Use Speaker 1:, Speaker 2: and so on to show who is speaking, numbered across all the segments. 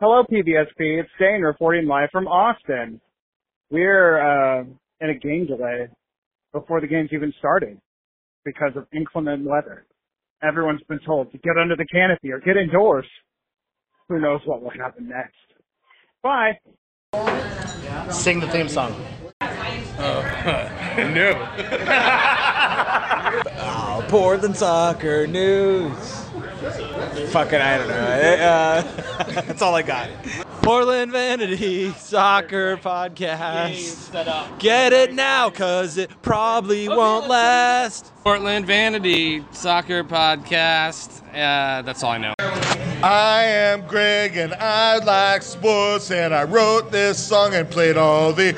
Speaker 1: Hello, PBSP. It's Dane reporting live from Austin. We're uh, in a game delay before the game's even started because of inclement weather. Everyone's been told to get under the canopy or get indoors. Who knows what will happen next? Bye.
Speaker 2: Sing the theme song.
Speaker 3: No.
Speaker 4: Oh, Portland soccer news. Fucking, I don't know. Uh, that's all I got. Portland Vanity Soccer Podcast. Get it now, cause it probably won't last.
Speaker 5: Portland Vanity Soccer Podcast. Uh, that's all I know.
Speaker 3: I am Greg and I like sports and I wrote this song and played all the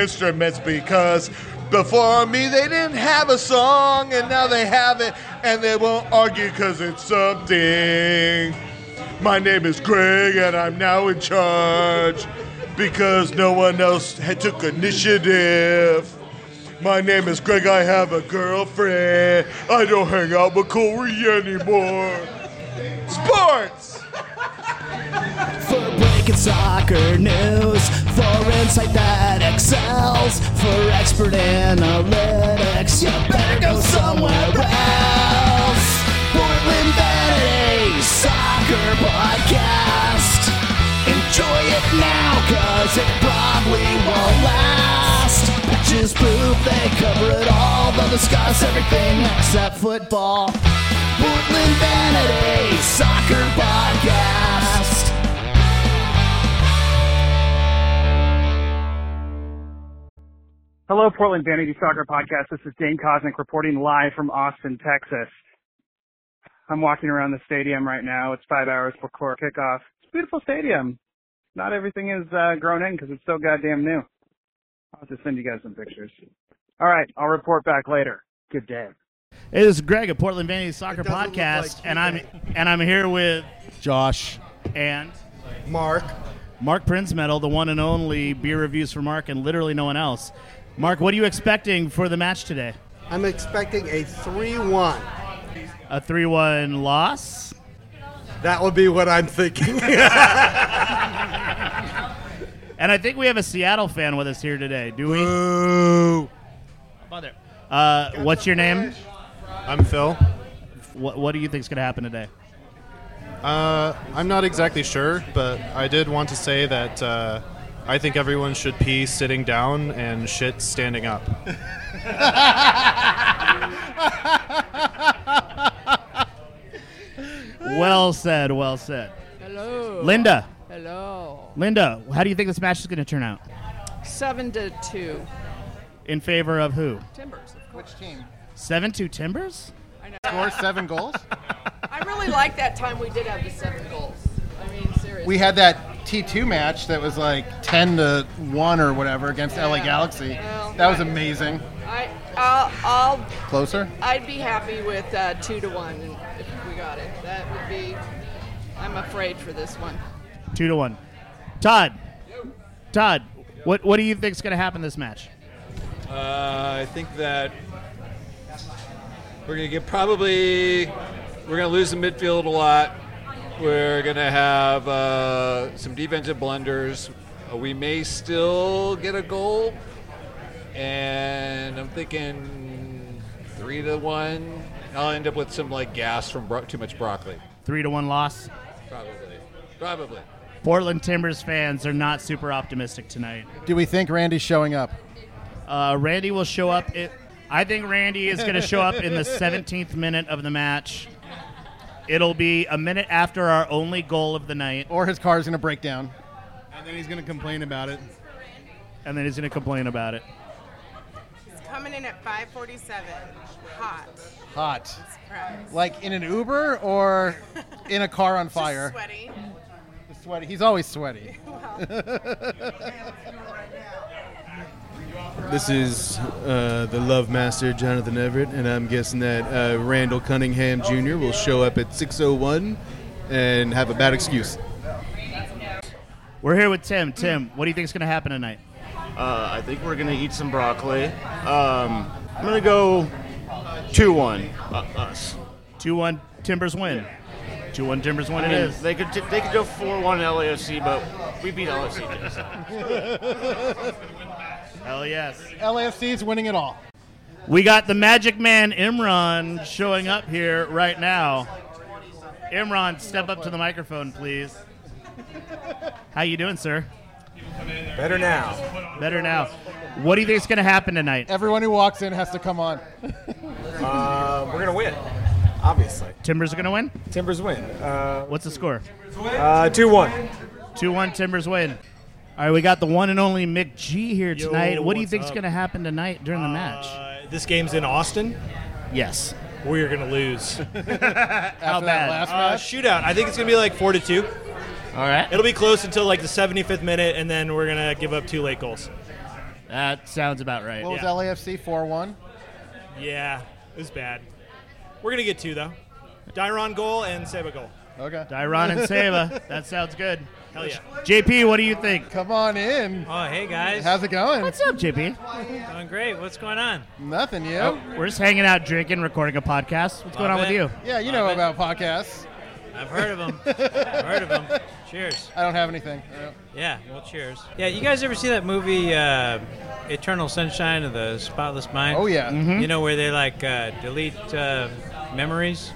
Speaker 3: instruments because before me they didn't have a song and now they have it and they won't argue because it's something. My name is Greg and I'm now in charge because no one else had took initiative. My name is Greg, I have a girlfriend. I don't hang out with Corey anymore. Sports!
Speaker 6: For breaking soccer news, for insight that excels, for expert analytics, you better go somewhere else. Portland Vanity Soccer Podcast. Enjoy it now, cause it probably won't last. Pitches proof they cover it all, they'll discuss everything except football. Portland Vanity Soccer Podcast.
Speaker 1: Hello, Portland Vanity Soccer Podcast. This is Dane Cosmic reporting live from Austin, Texas. I'm walking around the stadium right now. It's five hours before kickoff. It's a beautiful stadium. Not everything is uh, grown in because it's so goddamn new. I'll just send you guys some pictures. All right, I'll report back later. Good day.
Speaker 7: Hey, this is Greg at Portland Vanity Soccer Podcast, and I'm and I'm here with Josh and
Speaker 3: Mark.
Speaker 7: Mark Prince Medal, the one and only beer reviews for Mark, and literally no one else. Mark, what are you expecting for the match today?
Speaker 8: I'm expecting a 3 1.
Speaker 7: A three-one loss.
Speaker 8: That would be what I'm thinking.
Speaker 7: And I think we have a Seattle fan with us here today. Do we?
Speaker 3: Boo.
Speaker 7: Mother. Uh, what's your name?
Speaker 9: I'm Phil.
Speaker 7: What, what do you think's going to happen today?
Speaker 9: Uh, I'm not exactly sure, but I did want to say that uh, I think everyone should pee sitting down and shit standing up.
Speaker 7: Well said. Well said. Hello, Linda. Hello, Linda. How do you think this match is going to turn out?
Speaker 10: Seven to two.
Speaker 7: In favor of who?
Speaker 10: Timbers. Of course. Which team?
Speaker 7: Seven two Timbers.
Speaker 10: I
Speaker 9: Score seven goals.
Speaker 10: really like that time we did have the seven goals. I mean, seriously.
Speaker 11: we had that T2 match that was like 10 to 1 or whatever against LA
Speaker 10: Yeah.
Speaker 11: Galaxy.
Speaker 10: Well,
Speaker 11: that was
Speaker 10: right.
Speaker 11: amazing.
Speaker 10: I, I'll, I'll,
Speaker 11: Closer?
Speaker 10: I'd be happy with uh, two to one if we got it. That would be. I'm afraid for this one.
Speaker 7: Two to one. Todd. Todd, what what do you think's going to happen this match?
Speaker 12: Uh, I think that we're going to get probably we're going to lose the midfield a lot. We're going to have uh, some defensive blunders. Uh, We may still get a goal, and I'm thinking three to one. I'll end up with some like gas from bro- too much broccoli.
Speaker 7: Three to one loss.
Speaker 12: Probably, probably.
Speaker 7: Portland Timbers fans are not super optimistic tonight.
Speaker 11: Do we think Randy's showing up?
Speaker 7: Uh, Randy will show up. It, I think Randy is going to show up in the 17th minute of the match. It'll be a minute after our only goal of the night,
Speaker 11: Or his car's going to break down?
Speaker 9: And then he's going to complain about it.
Speaker 7: and then he's going to complain about it.
Speaker 10: It's coming in at 5:47. Hot.
Speaker 11: Hot. Like in an Uber or in a car on fire?
Speaker 10: Sweaty.
Speaker 11: Sweaty. He's always sweaty.
Speaker 9: This is uh, the Love Master Jonathan Everett, and I'm guessing that uh, Randall Cunningham Jr. will show up at 6:01 and have a bad excuse.
Speaker 7: We're here with Tim. Tim, what do you think is going to happen tonight?
Speaker 2: Uh, I think we're gonna eat some broccoli. Um, I'm gonna go two one. Uh, us.
Speaker 7: Two one Timbers win. Two one Timbers one
Speaker 2: I
Speaker 7: it
Speaker 2: mean,
Speaker 7: is.
Speaker 2: They could t- they could go four one LAFC, but we beat LAFC.
Speaker 7: Hell yes.
Speaker 11: LAFC's winning it all.
Speaker 7: We got the magic man Imran showing up here right now. Imran, step up to the microphone, please. How you doing, sir?
Speaker 8: Better now.
Speaker 7: Better now. What do you think's going to happen tonight?
Speaker 11: Everyone who walks in has to come on.
Speaker 8: Uh, we're gonna win, obviously.
Speaker 7: Timbers are going to win?
Speaker 8: Timbers win. Uh,
Speaker 7: What's the score?
Speaker 8: Uh, two one.
Speaker 7: 2 1 Timbers win. All right, we got the one and only Mick G here
Speaker 13: Yo,
Speaker 7: tonight. what do you
Speaker 13: what's
Speaker 7: think's
Speaker 13: up? Uh,
Speaker 7: going to happen tonight during the match?
Speaker 13: This game's in Austin.
Speaker 7: Yes.
Speaker 13: We are going to lose.
Speaker 7: How bad?
Speaker 13: Uh, shootout. I think it's going to be like 4 to 2.
Speaker 7: All right.
Speaker 13: It'll be close until like the 75th minute, and then we're going to give up two late goals.
Speaker 7: That sounds about right.
Speaker 11: What was LAFC 4 1?
Speaker 13: Yeah, it was bad. We're going to get two, though. Dyron goal and Seba goal.
Speaker 11: Okay.
Speaker 7: Dyron and Seba. That sounds good.
Speaker 13: Hell yeah.
Speaker 7: JP, what do you think?
Speaker 11: Come on in.
Speaker 14: Oh, hey guys.
Speaker 11: How's it going?
Speaker 7: What's up, JP?
Speaker 14: Doing great. What's going on?
Speaker 11: Nothing, you?
Speaker 7: Oh, we're just hanging out, drinking, recording a podcast. What's going on with you?
Speaker 11: Yeah, you know about podcasts.
Speaker 14: I've heard of them. I've heard of them. Cheers.
Speaker 11: I don't have anything.
Speaker 14: Yeah. Well, cheers. Yeah, you guys ever see that movie uh, Eternal Sunshine of the Spotless Mind?
Speaker 11: Oh, yeah. Mhm.
Speaker 14: You know where they like uh, delete uh, memories?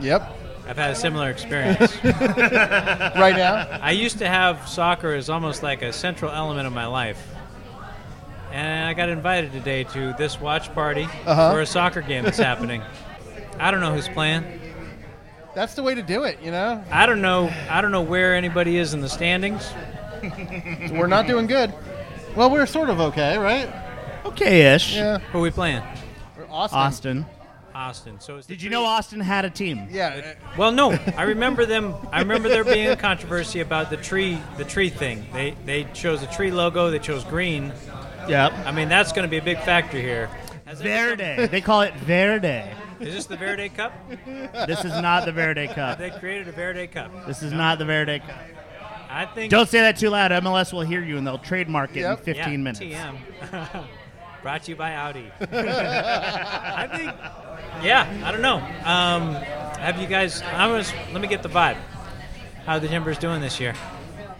Speaker 11: Yep.
Speaker 14: I've had a similar experience.
Speaker 11: right now?
Speaker 14: I used to have soccer as almost like a central element of my life. And I got invited today to this watch party
Speaker 11: Uh-huh.
Speaker 14: for a soccer game that's happening. I don't know who's playing.
Speaker 11: That's the way to do it, you know?
Speaker 14: I don't know. I don't know where anybody is in the standings.
Speaker 11: We're not doing good. Well, we're sort of okay, right?
Speaker 7: Okay-ish.
Speaker 11: Yeah.
Speaker 14: Who are we playing?
Speaker 11: Austin.
Speaker 7: Austin.
Speaker 14: Austin. So it's
Speaker 7: Did you know Austin had a team?
Speaker 11: Yeah.
Speaker 14: Well, no. I remember them. I remember there being a controversy about the tree. The tree thing. They they chose a tree logo. They chose green.
Speaker 7: Yep.
Speaker 14: I mean, that's going to be a big factor here. Has it-
Speaker 7: Verde. they call it Verde.
Speaker 14: Is this the Verde Cup?
Speaker 7: This is not the Verde Cup.
Speaker 14: They created a Verde Cup.
Speaker 7: This is not the Verde Cup.
Speaker 14: I think.
Speaker 7: Don't say that too loud. MLS will hear you and they'll trademark it in 15
Speaker 14: Yeah,
Speaker 7: minutes.
Speaker 14: TM. Brought to you by Audi. I think. Yeah, I don't know. Um, have you guys? I was. Let me get the vibe. How are the Timbers doing this year?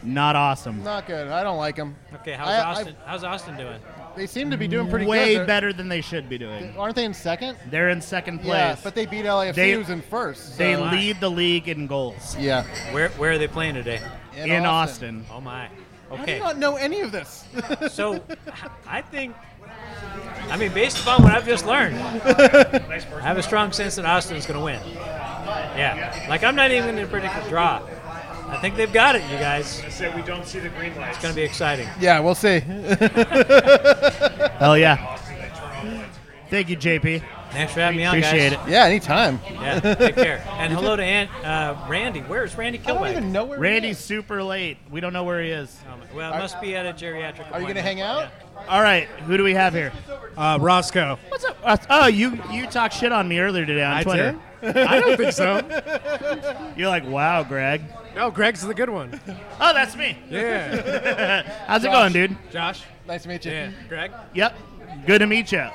Speaker 7: Not awesome.
Speaker 11: Not good. I don't like them.
Speaker 14: Okay, how's
Speaker 11: I- I-
Speaker 14: Austin? how's Austin doing?
Speaker 11: They seem to be doing pretty
Speaker 7: Way
Speaker 11: good.
Speaker 7: better than they should be doing.
Speaker 11: Aren't they in second?
Speaker 7: They're in second place.
Speaker 11: Yeah, but they beat LAFC,
Speaker 7: They-
Speaker 11: who's in first.
Speaker 7: They
Speaker 11: so-
Speaker 7: lead the league in goals.
Speaker 11: Yeah.
Speaker 14: Where Where are they playing today?
Speaker 11: In In Austin.
Speaker 14: Oh my.
Speaker 11: How do you
Speaker 14: Okay.
Speaker 11: not know any of this?
Speaker 14: so, I think. I mean, based upon what I've just learned, I have a strong sense that Austin's going to win. Yeah. Like I'm not even going to predict a draw. I think they've got it, you guys. I said we don't see the green light. It's going to be exciting.
Speaker 11: Yeah, we'll see.
Speaker 7: Hell yeah. Thank you, JP.
Speaker 14: Thanks for having me on,
Speaker 7: Appreciate
Speaker 14: guys.
Speaker 7: it.
Speaker 11: Yeah, anytime.
Speaker 14: Yeah, take care. And hello to Aunt uh, Randy. Where's Randy Kilbike?
Speaker 7: Randy's super late. We don't know where he is.
Speaker 14: Well, it must be at a geriatric.
Speaker 11: Are you
Speaker 14: going to
Speaker 11: hang out?
Speaker 7: All right, who do we have here? Uh, Roscoe. What's up? Ros- oh, you you talked shit on me earlier today on
Speaker 13: I
Speaker 7: Twitter.
Speaker 13: did? I don't think so.
Speaker 7: You're like, wow, Greg.
Speaker 13: No, Greg's the good one.
Speaker 7: Oh, that's me.
Speaker 13: Yeah.
Speaker 7: How's it
Speaker 13: Josh.
Speaker 7: going, dude?
Speaker 14: Josh.
Speaker 11: Nice to meet you.
Speaker 14: Greg?
Speaker 7: Yep. Good to meet you.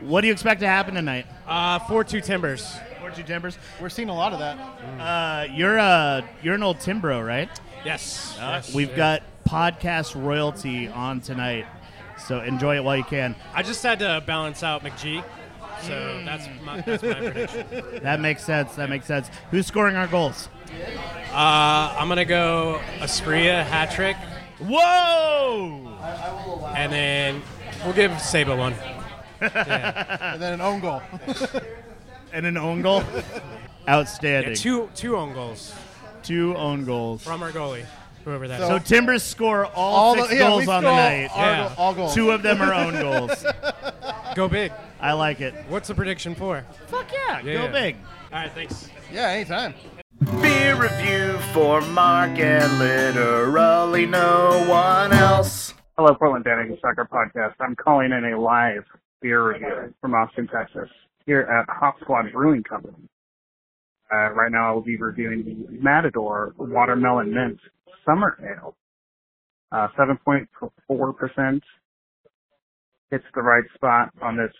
Speaker 7: What do you expect to happen tonight?
Speaker 13: Uh, four two Timbers.
Speaker 7: Four two Timbers.
Speaker 11: We're seeing a lot of that.
Speaker 14: Mm.
Speaker 7: Uh, you're uh you're an old Timbro, right? Uh,
Speaker 13: Yes.
Speaker 7: We've got podcast royalty on tonight, so enjoy it while you can.
Speaker 13: I just had to balance out McGee, so that's
Speaker 11: Mm.
Speaker 13: my, that's my prediction.
Speaker 7: That makes sense. That makes sense. Who's scoring our goals?
Speaker 13: Uh, I'm gonna go Aspria hat trick,
Speaker 7: Whoa!
Speaker 13: and then we'll give Saba one.
Speaker 11: and then an own goal.
Speaker 7: and an own goal.
Speaker 9: Uh,
Speaker 7: Outstanding.
Speaker 13: Yeah, two two own goals
Speaker 7: Two own goals.
Speaker 13: from our goalie, whoever that is.
Speaker 7: So, Timbers score all,
Speaker 13: All
Speaker 7: six
Speaker 13: the- yeah, we
Speaker 7: goals on the
Speaker 13: score
Speaker 7: night.
Speaker 13: our Yeah. go- all goals.
Speaker 7: Two of them are own goals.
Speaker 13: Go big.
Speaker 7: I like it.
Speaker 13: What's the prediction for?
Speaker 7: Fuck yeah,
Speaker 13: Yeah.
Speaker 7: go big.
Speaker 13: All right, thanks.
Speaker 11: Yeah, anytime.
Speaker 15: Beer review for Mark and literally no one else.
Speaker 1: Hello, Portland Banning Soccer Podcast. I'm calling in a live beer review from Austin, Texas, here at Hop Squad Brewing Company. Uh, right now, I will be reviewing the Matador Watermelon Mint Summer Ale. Uh, 7.4% hits the right spot on this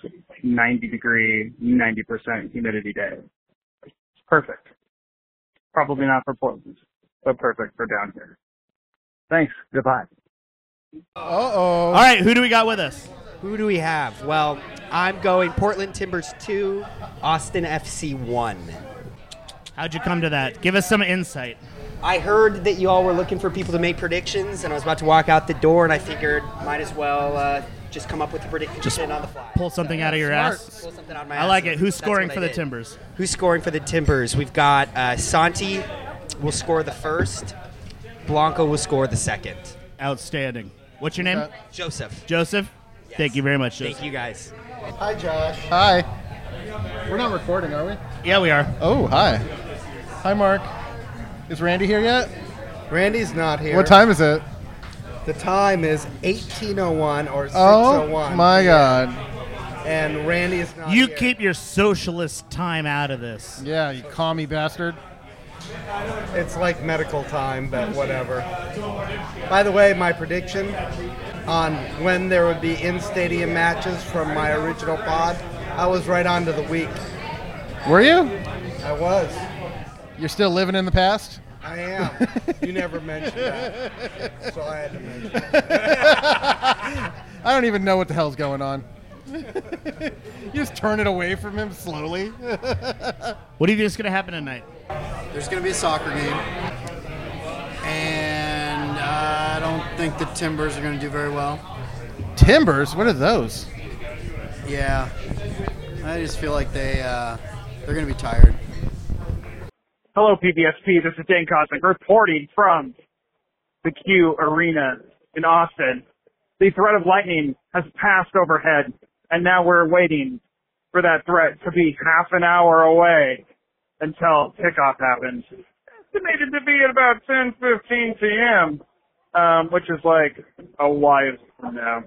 Speaker 1: 90 degree, 90% humidity day. It's perfect. Probably not for Portland, but perfect for down here. Thanks. Goodbye.
Speaker 7: All
Speaker 11: Uh-oh.
Speaker 7: right, who do we got with us?
Speaker 16: Who do we have? Well, I'm going Portland Timbers 2, Austin FC 1.
Speaker 7: How'd you come to that? Give us some insight.
Speaker 16: I heard that you all were looking for people to make predictions, and I was about to walk out the door, and I figured might as well uh, just come up with a prediction
Speaker 7: Just
Speaker 16: on the fly.
Speaker 7: Pull something out of your
Speaker 16: Smart.
Speaker 7: ass.
Speaker 16: Pull something out of my
Speaker 7: I
Speaker 16: ass
Speaker 7: like
Speaker 16: and
Speaker 7: it. Who's
Speaker 16: that's
Speaker 7: scoring
Speaker 16: what I
Speaker 7: for the
Speaker 16: did.
Speaker 7: Timbers?
Speaker 16: Who's scoring for the Timbers? We've got uh, Santi will score the first, Blanco will score the second.
Speaker 7: Outstanding. What's your name?
Speaker 16: Uh, Joseph.
Speaker 7: Joseph. Thank you very much, Joseph.
Speaker 16: Thank you guys.
Speaker 11: Hi, Josh. Hi. We're not recording, are we?
Speaker 7: Yeah, we are.
Speaker 11: Oh, hi. Hi, Mark. Is Randy here yet?
Speaker 5: Randy's not here.
Speaker 11: What time is it?
Speaker 5: The time is 1801 or 601.
Speaker 11: Oh, my God.
Speaker 5: And Randy is not
Speaker 7: You
Speaker 5: here.
Speaker 7: keep your socialist time out of this.
Speaker 11: Yeah, you commie bastard.
Speaker 5: It's like medical time, but whatever. By the way, my prediction on when there would be in-stadium matches from my original pod, I was right on to the week.
Speaker 11: Were you?
Speaker 5: I was.
Speaker 11: You're still living in the past?
Speaker 5: I am. You never mentioned that, so I had to mention
Speaker 11: I don't even know what the hell's going on. you just turn it away from him slowly.
Speaker 7: What do you think's gonna happen tonight?
Speaker 17: There's going to be a soccer game, and I don't think the Timbers are going to do very well.
Speaker 11: Timbers? What are those?
Speaker 17: Yeah, I just feel like they uh, they're going to be tired.
Speaker 1: Hello, PBSP. This is Dan Cosmic reporting from the Q Arena in Austin. The threat of lightning has passed overhead, and now we're waiting for that threat to be half an hour away until kickoff happens. Estimated to be at about 10:15 p.m., um, which is like a while from now.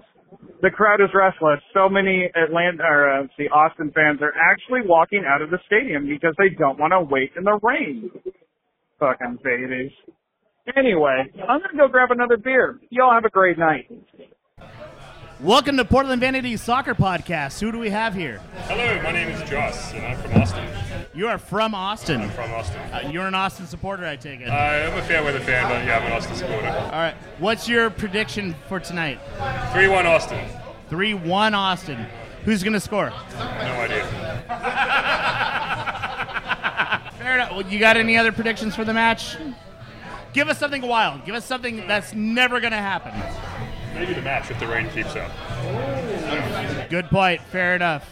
Speaker 1: The crowd is restless. So many Atlanta or uh, the Austin fans are actually walking out of the stadium because they don't want to wait in the rain. Fucking babies. Anyway, I'm gonna go grab another beer. Y'all have a great night.
Speaker 7: Welcome to Portland Vanity Soccer Podcast. Who do we have here?
Speaker 18: Hello, my name is Joss, and I'm from Austin.
Speaker 7: You are from Austin.
Speaker 18: I'm from Austin.
Speaker 7: Uh, you're an Austin supporter, I take it.
Speaker 18: I am a fair weather fan, but yeah, I'm an Austin
Speaker 7: All
Speaker 18: supporter.
Speaker 7: right. What's your prediction for tonight?
Speaker 18: 3 1 Austin.
Speaker 7: 3 1 Austin. Who's going to score?
Speaker 18: No idea.
Speaker 7: Fair enough. Well, you got any other predictions for the match? Give us something wild. Give us something that's never going to happen.
Speaker 18: Maybe the match if the rain keeps up.
Speaker 7: Good point. Fair enough.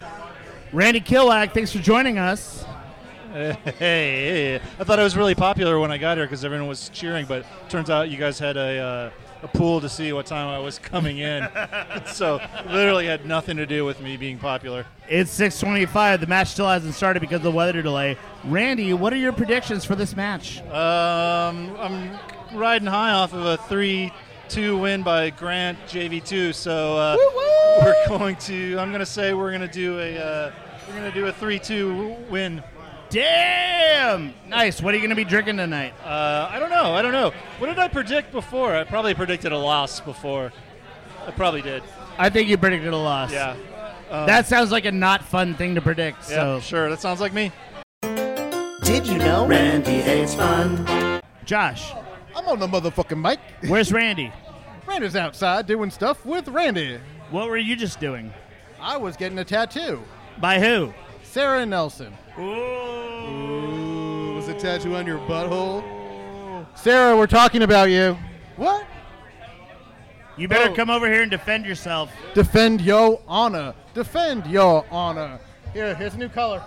Speaker 7: Randy Kilwack, thanks for joining us.
Speaker 4: Hey, I thought I was really popular when I got here because everyone was cheering, but turns out you guys had a, uh, a pool to see what time I was coming in. so literally had nothing to do with me being popular.
Speaker 7: It's 6:25. The match still hasn't started because of the weather delay. Randy, what are your predictions for this match?
Speaker 4: Um, I'm riding high off of a 3 2 win by Grant JV2, so uh, we're going to, I'm going to say we're going to do a. Uh, we're gonna do a 3-2 win.
Speaker 7: Damn! Nice. What are you gonna be drinking tonight?
Speaker 4: Uh, I don't know. I don't know. What did I predict before? I probably predicted a loss before. I probably did.
Speaker 7: I think you predicted a loss.
Speaker 4: Yeah. Um,
Speaker 7: that sounds like a not fun thing to predict. so
Speaker 4: Yeah, sure. That sounds like me.
Speaker 7: Did you know Randy hates fun? Josh.
Speaker 11: I'm on the motherfucking mic.
Speaker 7: Where's Randy?
Speaker 11: Randy's outside doing stuff with Randy.
Speaker 7: What were you just doing?
Speaker 11: I was getting a tattoo.
Speaker 7: By who?
Speaker 11: Sarah Nelson.
Speaker 9: Ooh, was a tattoo on your butthole?
Speaker 11: Sarah, we're talking about you. What?
Speaker 7: You
Speaker 4: Oh.
Speaker 7: better come over here and defend yourself.
Speaker 11: Defend your honor. Defend your honor. Here, here's a new color.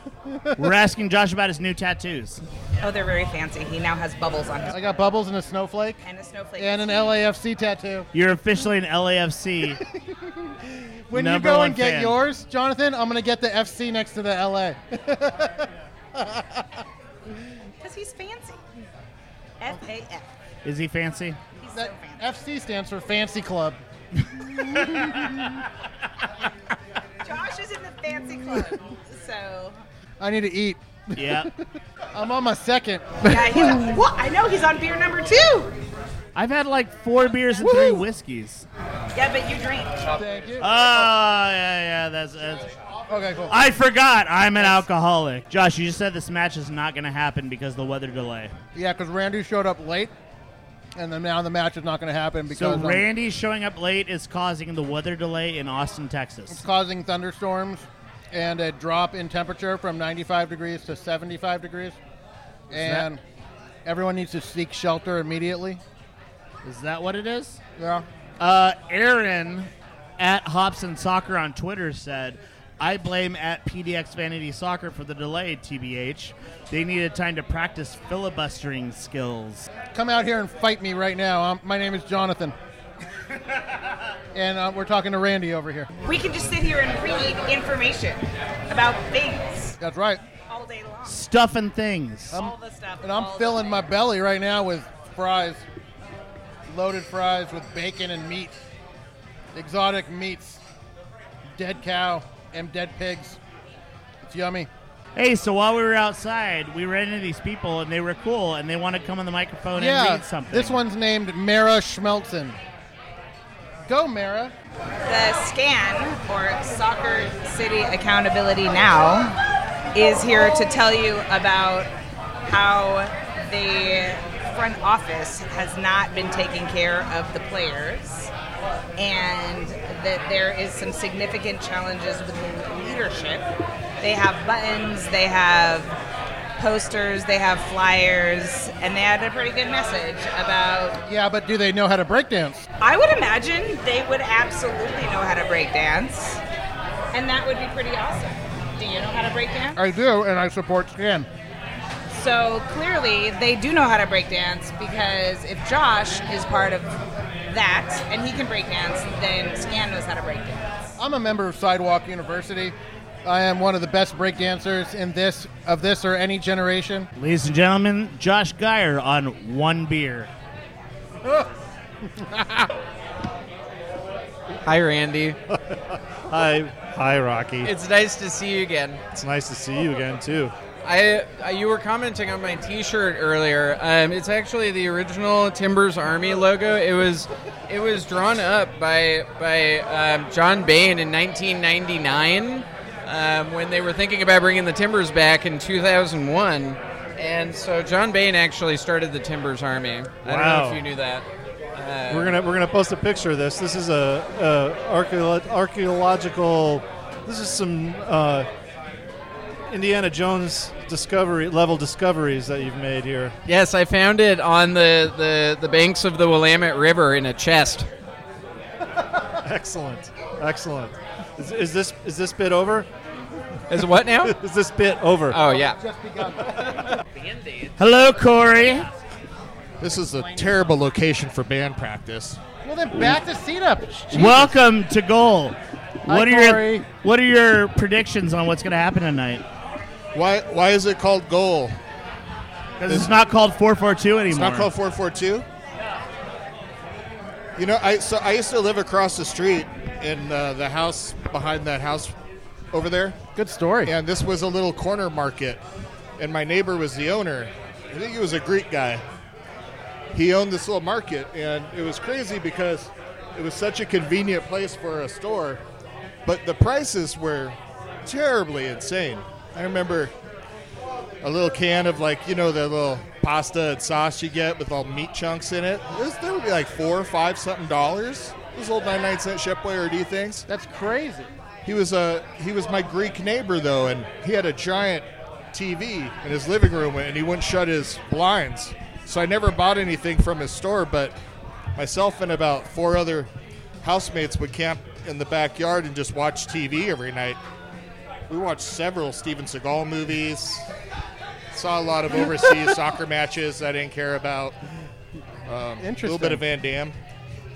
Speaker 7: We're asking Josh about his new tattoos.
Speaker 19: Oh, they're very fancy. He now has bubbles on his.
Speaker 11: I got bubbles and a snowflake.
Speaker 19: And a snowflake.
Speaker 11: And an LAFC tattoo.
Speaker 7: You're officially an LAFC.
Speaker 11: When
Speaker 7: number
Speaker 11: you go
Speaker 7: one
Speaker 11: and get
Speaker 7: fan.
Speaker 11: yours, Jonathan, I'm gonna get the FC next to the LA.
Speaker 19: Because he's fancy. F A F.
Speaker 7: Is he fancy?
Speaker 19: He's so
Speaker 11: That
Speaker 19: fancy.
Speaker 11: FC stands for Fancy Club.
Speaker 19: Josh is in the fancy club, so.
Speaker 11: I need to eat.
Speaker 7: Yeah.
Speaker 11: I'm on my second.
Speaker 19: Yeah, he's on, well, I know he's on beer number two.
Speaker 7: I've had like four beers and three whiskeys.
Speaker 19: Yeah, but you drink.
Speaker 11: Thank you.
Speaker 7: Oh, Ah, yeah, yeah. That's, that's
Speaker 20: Okay, cool.
Speaker 7: Uh, I forgot I'm an alcoholic. Josh, you just said this match is not going to happen because of the weather delay.
Speaker 11: Yeah, because Randy showed up late, and then now the match is not going to happen because
Speaker 7: So
Speaker 11: um,
Speaker 7: Randy showing up late is causing the weather delay in Austin, Texas.
Speaker 11: it's causing thunderstorms and a drop in temperature from 95 degrees to 75 degrees,
Speaker 7: that-
Speaker 11: and everyone needs to seek shelter immediately.
Speaker 7: Is that what it is?
Speaker 11: Yeah.
Speaker 7: Uh, Aaron at Hobson Soccer on Twitter said, I blame at PDX Vanity Soccer for the delay, TBH. They needed time to practice filibustering skills.
Speaker 11: Come out here and fight me right now. Um, my name is Jonathan, and uh, we're talking to Randy over here.
Speaker 19: We can just sit here and read information about things
Speaker 11: That's right.
Speaker 19: all day long.
Speaker 7: Stuff and things.
Speaker 11: I'm-
Speaker 19: the stuff,
Speaker 11: And I'm
Speaker 19: all the
Speaker 11: filling my belly right now with fries, loaded fries with bacon and meat, exotic meats, dead cow and dead pigs. It's yummy.
Speaker 7: Hey, so while we were outside, we ran into these people and they were cool and they want to come on the microphone
Speaker 11: yeah,
Speaker 7: and read something.
Speaker 11: this one's named Mara Schmelzen. Go, Mara.
Speaker 19: The scan or Soccer City Accountability Now is here to tell you about how the front office has not been taking care of the players and that there is some significant challenges with leadership. They have buttons, they have posters, they have flyers, and they had a pretty good message about
Speaker 11: Yeah, but do they know how to breakdance?
Speaker 19: I would imagine they would absolutely know how to break dance, and that would be pretty awesome. Do you know how to break dance?
Speaker 11: I do, and I support Scan.
Speaker 19: So clearly, they do know how to break dance because if Josh is part of that and he can break dance, then Scan knows how to break dance.
Speaker 11: I'm a member of Sidewalk University. I am one of the best breakdancers in this of this or any generation.
Speaker 7: Ladies and gentlemen, Josh Geyer on One Beer.
Speaker 21: Hi, Randy.
Speaker 4: hi, hi, Rocky.
Speaker 21: It's nice to see you again.
Speaker 4: It's nice to see you again too.
Speaker 21: I uh, you were commenting on my T-shirt earlier. Um, it's actually the original Timbers Army logo. It was it was drawn up by by um, John Bain in 1999 um, when they were thinking about bringing the Timbers back in 2001. And so John Bain actually started the Timbers Army. I don't know
Speaker 4: Wow.
Speaker 21: if you knew that. Uh,
Speaker 4: We're gonna we're gonna post a picture of this. This is a, a archeolo- archaeological. This is some uh, Indiana Jones discovery level discoveries that you've made here.
Speaker 21: Yes, I found it on the, the, the banks of the Willamette River in a chest.
Speaker 4: Excellent, excellent. Is, is this is this bit over?
Speaker 21: Is what now?
Speaker 4: is this bit over?
Speaker 21: Oh, yeah.
Speaker 7: Hello, Corey.
Speaker 3: This is a terrible location for band practice.
Speaker 11: Well, then back the seat up. Jesus.
Speaker 7: Welcome to Goal.
Speaker 3: Hi,
Speaker 7: What are
Speaker 3: Corey.
Speaker 7: your What are your predictions on what's going to happen tonight?
Speaker 3: Why why is it called goal?
Speaker 7: Because it's not called 442 anymore.
Speaker 3: It's not called 442. You know, I so I used to live across the street in uh, the house behind that house over there.
Speaker 11: Good story.
Speaker 3: And this was a little corner market, and my neighbor was the owner. I think he was a Greek guy. He owned this little market, and it was crazy because it was such a convenient place for a store, but the prices were terribly insane. I remember a little can of like you know the little pasta and sauce you get with all meat chunks in it. It was, they would be like four or five something dollars. Those old ninety nine cent Shepway or D things.
Speaker 11: That's crazy.
Speaker 3: He was a he was my Greek neighbor though, and he had a giant TV in his living room, and he wouldn't shut his blinds. So I never bought anything from his store, but myself and about four other housemates would camp in the backyard and just watch TV every night. We watched several Steven Seagal movies. Saw a lot of overseas soccer matches I didn't care about. Um, A little bit
Speaker 11: Interesting.
Speaker 3: of Van Dam.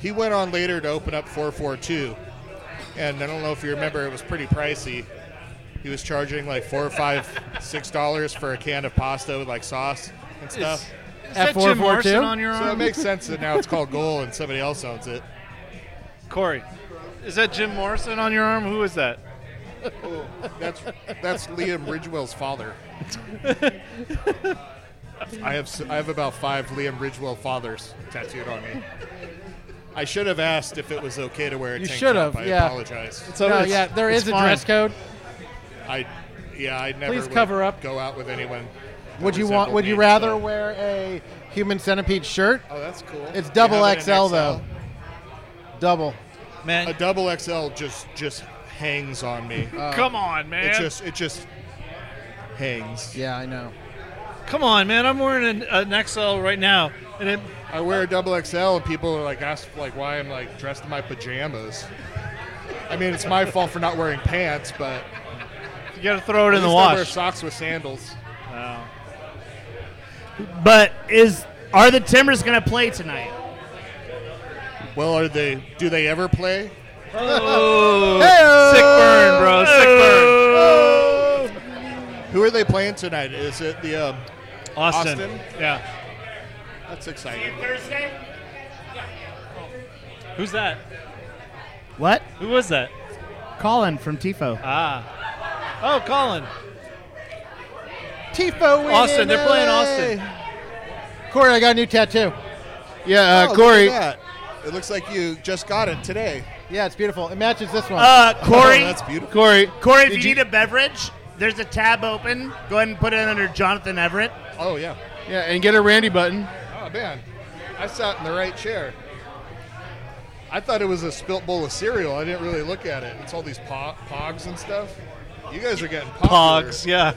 Speaker 3: He went on later to open up 442, and I don't know if you remember, it was pretty pricey. He was charging like four or five, six dollars for a can of pasta with like sauce and stuff.
Speaker 11: is that Jim F442? Larson on your
Speaker 3: So it
Speaker 11: arm?
Speaker 3: makes sense that now it's called Goal and somebody else owns it.
Speaker 4: Corey, is that Jim Morrison on your arm? Who is that?
Speaker 3: That's that's Liam Ridgewell's father. I have s- I have about five Liam Ridgewell fathers tattooed on me. I should have asked if it was okay to wear a
Speaker 11: You
Speaker 3: tank
Speaker 11: should
Speaker 3: top.
Speaker 11: have.
Speaker 3: I
Speaker 11: yeah.
Speaker 3: apologize.
Speaker 11: no, yeah, there is a dress code.
Speaker 3: I, yeah, I never.
Speaker 11: Please
Speaker 3: would
Speaker 11: cover up.
Speaker 3: Go out with anyone. that
Speaker 11: Would you
Speaker 3: resembled
Speaker 11: want? Would
Speaker 3: me,
Speaker 11: you rather
Speaker 3: so-
Speaker 11: wear a human centipede shirt?
Speaker 3: Oh, that's cool.
Speaker 11: It's
Speaker 3: You
Speaker 11: double
Speaker 3: have it in
Speaker 11: XL,
Speaker 3: XL?
Speaker 11: though. Double.
Speaker 4: Man,
Speaker 3: a double XL just just hangs on me.
Speaker 11: Come on,
Speaker 3: Uh, It
Speaker 11: man.
Speaker 3: just it just hangs.
Speaker 11: Yeah, I know.
Speaker 4: Come on, man. I'm wearing an, an XL right now, and it,
Speaker 3: I wear a double XL, and people are like ask like why I'm like dressed in my pajamas. I mean, it's my fault for not wearing pants, but
Speaker 4: you got to throw it in the
Speaker 3: I wear
Speaker 4: wash.
Speaker 3: socks with sandals.
Speaker 7: But is are the Timbers going to play tonight?
Speaker 3: Well, are they? Do they ever play?
Speaker 4: Oh, sick burn, bro. Sick
Speaker 3: burn. Who are they playing tonight? Is it the um,
Speaker 4: Austin.
Speaker 3: Austin?
Speaker 4: Yeah.
Speaker 3: That's exciting.
Speaker 18: Thursday?
Speaker 4: Who's that?
Speaker 7: What?
Speaker 4: Who was that?
Speaker 7: Colin from Tifo.
Speaker 4: Ah. Oh, Colin.
Speaker 11: Tifo.
Speaker 4: in Austin, they're playing LA. Austin.
Speaker 11: Corey, I got a new tattoo.
Speaker 3: Yeah,
Speaker 11: uh, Corey-
Speaker 3: It looks like you just got it today.
Speaker 11: Yeah, it's beautiful. It matches this one.
Speaker 7: Uh, Corey.
Speaker 3: Oh, that's beautiful.
Speaker 9: Corey.
Speaker 7: Corey, if you,
Speaker 3: Did
Speaker 7: need a beverage, there's a tab open. Go ahead and put it under Jonathan Everett.
Speaker 3: Oh yeah.
Speaker 9: Yeah, and get a Randy button.
Speaker 3: Oh man, I sat in the right chair. I thought it was a spilt bowl of cereal. I didn't really look at it. It's all these po- pogs and stuff. You guys are getting popular.
Speaker 4: Pogs, yeah.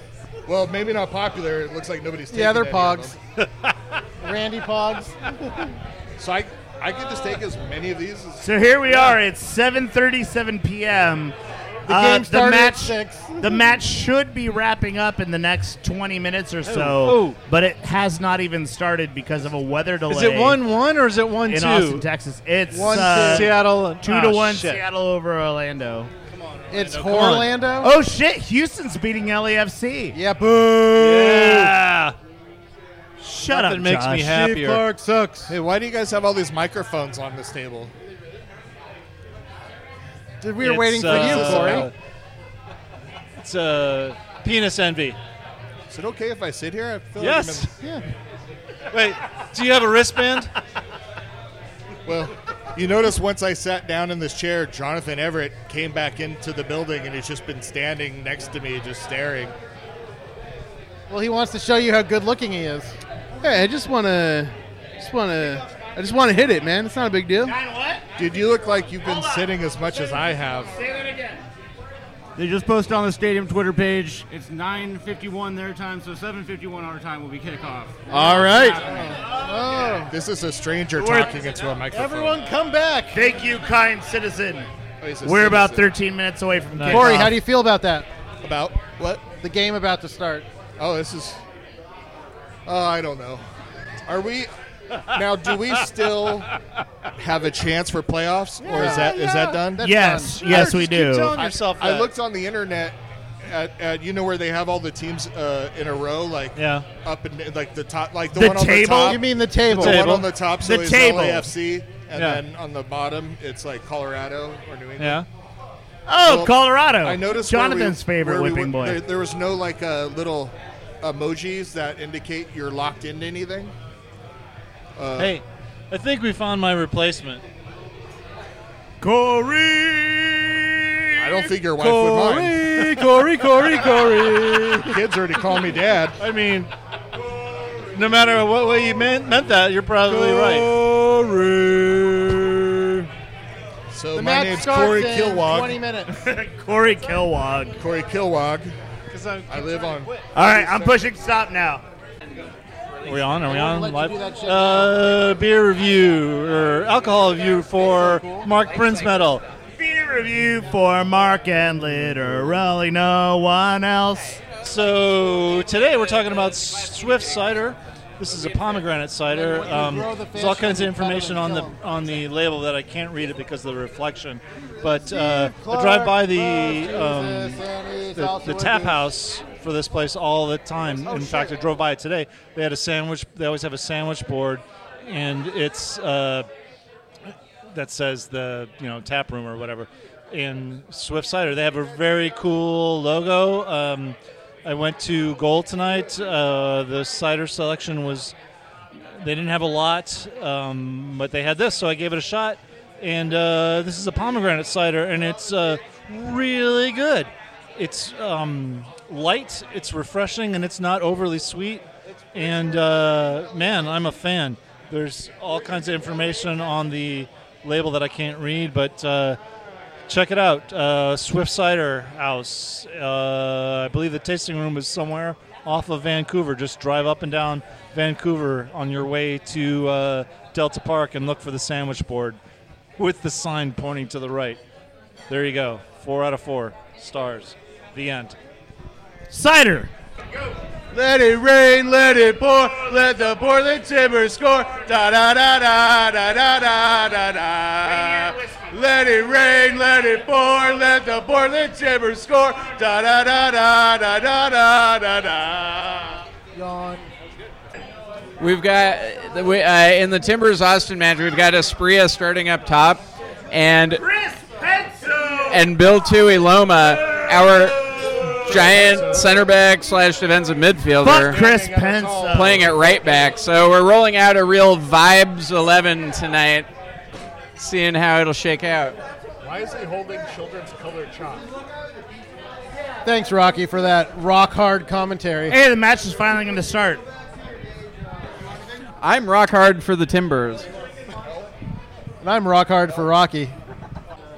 Speaker 3: Well, maybe not popular. It looks like nobody's. Taking
Speaker 11: Yeah, they're
Speaker 3: any of
Speaker 11: pogs.
Speaker 3: them.
Speaker 11: Randy Pogs.
Speaker 3: so I, I could just take as many of these. as
Speaker 7: So here we are. It's 7:37 p.m.
Speaker 11: The game started at
Speaker 7: Uh, match,
Speaker 11: six.
Speaker 7: the match should be wrapping up in the next 20 minutes or so,
Speaker 4: oh.
Speaker 7: but it has not even started because of a weather delay.
Speaker 4: Is it one one or is it one
Speaker 7: in
Speaker 4: two?
Speaker 7: Austin, Texas? It's
Speaker 4: One,
Speaker 7: uh,
Speaker 4: two. Seattle.
Speaker 7: two to
Speaker 4: Ah,
Speaker 7: one.
Speaker 4: shit.
Speaker 7: Seattle over Orlando.
Speaker 11: It's
Speaker 7: Come on.
Speaker 11: Orlando.
Speaker 7: Oh shit! Houston's beating LAFC.
Speaker 11: Yeah, boo!
Speaker 4: Yeah.
Speaker 7: Shut
Speaker 4: Nothing
Speaker 7: up,
Speaker 4: makes
Speaker 7: Josh.
Speaker 4: me happier. Steve Clark
Speaker 11: sucks.
Speaker 3: Hey, why do you guys have all these microphones on this table?
Speaker 11: Dude, we were
Speaker 4: It's,
Speaker 11: waiting for
Speaker 4: uh,
Speaker 11: you, Corey.
Speaker 4: It's uh, penis envy.
Speaker 3: Is it okay if I sit here? I feel
Speaker 4: Yes.
Speaker 3: Like I'm in,
Speaker 4: Wait, do you have a wristband?
Speaker 3: well, you notice once I sat down in this chair, Jonathan Everett came back into the building and he's just been standing next to me, just staring.
Speaker 11: Well, he wants to show you how good looking he is.
Speaker 9: Hey, I just want to, just want to, I just want to hit it, man. It's not a big deal.
Speaker 3: Dude, you look like you've been sitting as much as I have.
Speaker 22: Say that again.
Speaker 10: They just posted on the stadium Twitter page. It's 9:51 their time, so 7:51 our time will be kickoff.
Speaker 3: All
Speaker 11: Oh.
Speaker 3: This is a stranger
Speaker 7: We're-
Speaker 3: talking into a microphone.
Speaker 11: Everyone, come back.
Speaker 7: Thank you, kind citizen.
Speaker 3: Oh, he's a
Speaker 7: We're about
Speaker 3: citizen.
Speaker 7: 13 minutes away from kickoff.
Speaker 11: Corey, how do you feel about that?
Speaker 3: About what?
Speaker 11: The game about to start.
Speaker 3: Oh, this is. Oh, I don't know. Are we now? Do we still have a chance for playoffs, or is that is that done?
Speaker 7: That's Yes, done. yes, Sure, we just keep do. telling
Speaker 3: I-
Speaker 7: yourself
Speaker 3: I,
Speaker 7: that.
Speaker 3: looked on the internet. At, at, you know where they have all the teams uh, in a row, like
Speaker 4: Yeah.
Speaker 3: up and like the top, like the,
Speaker 7: The
Speaker 3: one on the
Speaker 7: table?
Speaker 3: top.
Speaker 11: You mean the table.
Speaker 3: The,
Speaker 11: The
Speaker 3: one on
Speaker 11: table.
Speaker 3: the top, so
Speaker 11: The
Speaker 3: it's
Speaker 11: table.
Speaker 3: LAFC, and
Speaker 11: Yeah.
Speaker 3: then on the bottom it's like Colorado or New England.
Speaker 4: Yeah.
Speaker 7: Oh,
Speaker 3: Well,
Speaker 7: Colorado.
Speaker 3: I noticed where we-
Speaker 7: Jonathan's favorite
Speaker 3: where we
Speaker 7: whipping
Speaker 3: went-
Speaker 7: boy.
Speaker 3: There, there was no like uh, little emojis that indicate you're locked into anything. Uh,
Speaker 4: hey, I think we found my replacement.
Speaker 7: Corey.
Speaker 3: I don't think your wife
Speaker 4: Corey,
Speaker 3: would mind.
Speaker 4: Corey, Corey, Corey.
Speaker 3: Kids already call me dad.
Speaker 4: I mean, no matter what way you meant, meant that, you're probably right.
Speaker 3: So
Speaker 11: The
Speaker 3: my
Speaker 11: match
Speaker 3: name's
Speaker 11: starts
Speaker 3: Corey
Speaker 11: in
Speaker 3: Kilwog.
Speaker 11: 20 minutes.
Speaker 7: Corey Kilwog.
Speaker 3: Corey Kilwog.
Speaker 4: I'm-
Speaker 3: I live on.
Speaker 7: All right, I'm pushing stop now.
Speaker 4: Are we on? Are we
Speaker 7: I
Speaker 4: on
Speaker 7: wouldn't let
Speaker 4: live?
Speaker 7: you do that shit.
Speaker 4: Uh, beer review or alcohol review for Mark Prince Medal.
Speaker 7: Beer review for Mark and literally no one else.
Speaker 4: So today we're talking about Swift cider. This is a pomegranate cider. Um, there's all kinds of information on the on the label that I can't read it because of the reflection. But uh, I drive by the um, the, the tap house for this place all the time. In fact, I drove by it today. They had a sandwich. They always have a sandwich board, and it's uh, that says the you know tap room or whatever. In Swift Cider, they have a very cool logo. Um, I went to Gold tonight. Uh, the cider selection was they didn't have a lot, um, but they had this, so I gave it a shot. And uh, this is a pomegranate cider, and it's uh, really good. it's um, light, it's refreshing, and it's not overly sweet. And uh, man, I'm a fan. There's all kinds of information on the label that I can't read, but uh, check it out. Uh, Swift Cider House. Uh, I believe the tasting room is somewhere off of Vancouver. Just drive up and down Vancouver on your way to uh, Delta Park and look for the sandwich board with the sign pointing to the right. There you go. Four out of four stars. The end.
Speaker 7: Cider.
Speaker 3: Let it rain, let it pour, let the Portland Timbers score. Da da da da da da da da da. Let it rain, let it pour, let the Portland Timbers score. Da da da da da da da da da. Yawn.
Speaker 21: We've got uh, the- we- uh, in the Timbers Austin match. We've got Espria starting up top, and and Bill Tuiloma, our giant center back slash defensive midfielder,
Speaker 7: Fuck Chris Pence.
Speaker 21: playing at right back. So we're rolling out a real vibes eleven tonight, seeing how it'll shake out.
Speaker 3: Why is he holding children's colored chalk?
Speaker 11: Thanks, Rocky, for that rock hard commentary.
Speaker 7: Hey, the match is finally going to start.
Speaker 21: I'm rock hard for the Timbers.
Speaker 11: And I'm rock hard for Rocky.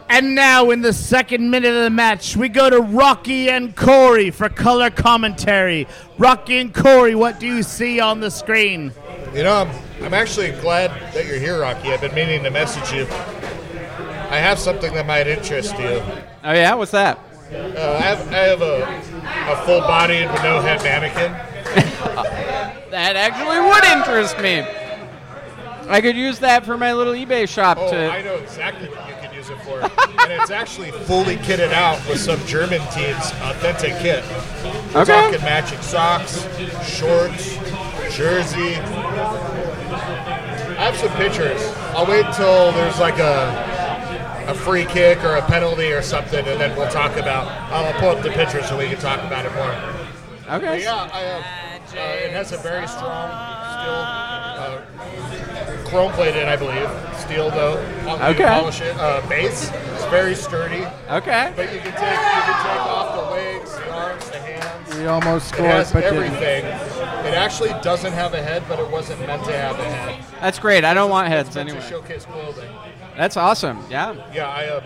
Speaker 7: And now, in the second minute of the match, we go to Rocky and Corey for color commentary. Rocky and Corey, what do you see on the screen?
Speaker 3: You know, I'm, I'm actually glad that you're here, Rocky. I've been meaning to message you. I have something that might interest you.
Speaker 21: Oh yeah, what's that?
Speaker 3: Uh, I have, I have a, a full bodied but no head mannequin.
Speaker 21: that actually would interest me. I could use that for my little eBay shop
Speaker 3: Oh,
Speaker 21: to
Speaker 3: I know exactly what you can use it for. and it's actually fully kitted out with some German team's authentic kit. We're
Speaker 21: Okay.
Speaker 3: talking matching socks, shorts, jersey. I have some pictures. I'll wait till there's like a a free kick or a penalty or something, and then we'll talk about. I'll pull up the pictures so we can talk about it more.
Speaker 21: Okay.
Speaker 3: Yeah, I have. Uh, it has a very strong steel, uh, chrome plated, I believe. Steel though. I'll
Speaker 21: Okay.
Speaker 3: Polish it. Uh, base. It's very sturdy.
Speaker 21: Okay.
Speaker 3: But you can take you
Speaker 11: Uh,
Speaker 3: can take off the legs, the arms, the hands.
Speaker 11: We almost scored,
Speaker 3: It has
Speaker 11: but didn't.
Speaker 3: everything. It actually doesn't have a head, but it wasn't meant to have a head.
Speaker 21: That's great. I don't want heads
Speaker 3: It's meant
Speaker 21: anyway.
Speaker 3: to showcase clothing.
Speaker 21: That's awesome. Yeah.
Speaker 3: Yeah, I, uh,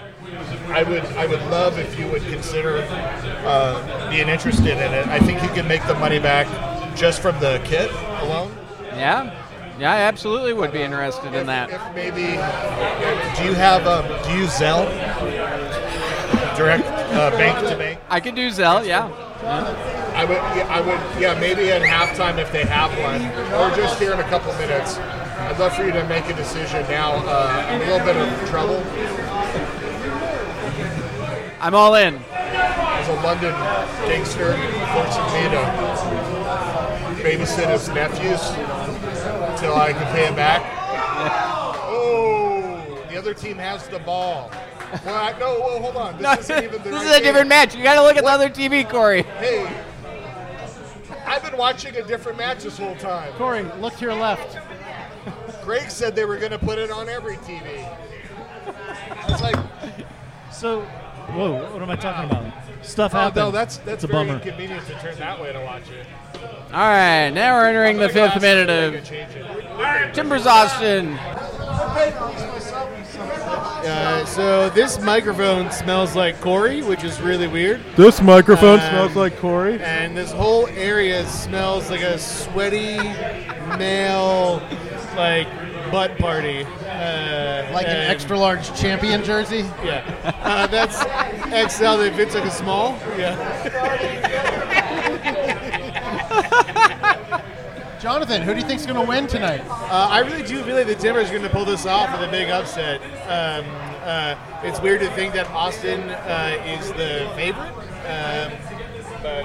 Speaker 3: I would, I would love if you would consider uh, being interested in it. I think you can make the money back just from the kit alone.
Speaker 21: Yeah. Yeah, I absolutely would be interested in that.
Speaker 3: If maybe, do you have, um, do you Zelle? Direct uh, bank to bank.
Speaker 21: I could do Zelle, yeah.
Speaker 3: I would, yeah, I would, yeah, maybe at halftime if they have one, or just here in a couple minutes. I'd love for you to make a decision now. Uh, I'm a little bit of trouble.
Speaker 21: I'm all in.
Speaker 3: As a London gangster, forcing me to babysit his nephews until I can pay him back. Oh, the other team has the ball. Well, I, no, whoa, hold on. This
Speaker 21: No,
Speaker 3: isn't even the
Speaker 21: this
Speaker 3: right
Speaker 21: is a different
Speaker 3: game.
Speaker 21: match. You got to look at the other TV, Corey.
Speaker 3: Hey, I've been watching a different match this whole time.
Speaker 11: Corey, look to your left.
Speaker 3: Greg said they were going to put it on every TV. I was like,
Speaker 4: So, whoa, what am I talking about? Stuff
Speaker 3: oh,
Speaker 4: happens.
Speaker 3: no, that's
Speaker 4: it's
Speaker 3: that's
Speaker 4: a
Speaker 3: very
Speaker 4: bummer.
Speaker 3: inconvenient to turn that way to watch it.
Speaker 21: All right, now we're entering the fifth minute of Timbers Austin.
Speaker 9: Uh, so this microphone smells like Corey, which is really weird.
Speaker 22: This microphone
Speaker 9: Um,
Speaker 22: smells like Corey.
Speaker 9: And this whole area smells like a sweaty male, like butt party. Uh,
Speaker 11: Like an
Speaker 9: and-
Speaker 11: extra large champion jersey.
Speaker 9: Yeah, uh, that's XL. They fit like a small.
Speaker 11: Jonathan, who do you think's going to win tonight?
Speaker 9: Uh, I really do feel like the Timbers are going to pull this off with a big upset. Um, uh, it's weird to think that Austin uh, is the favorite, um, but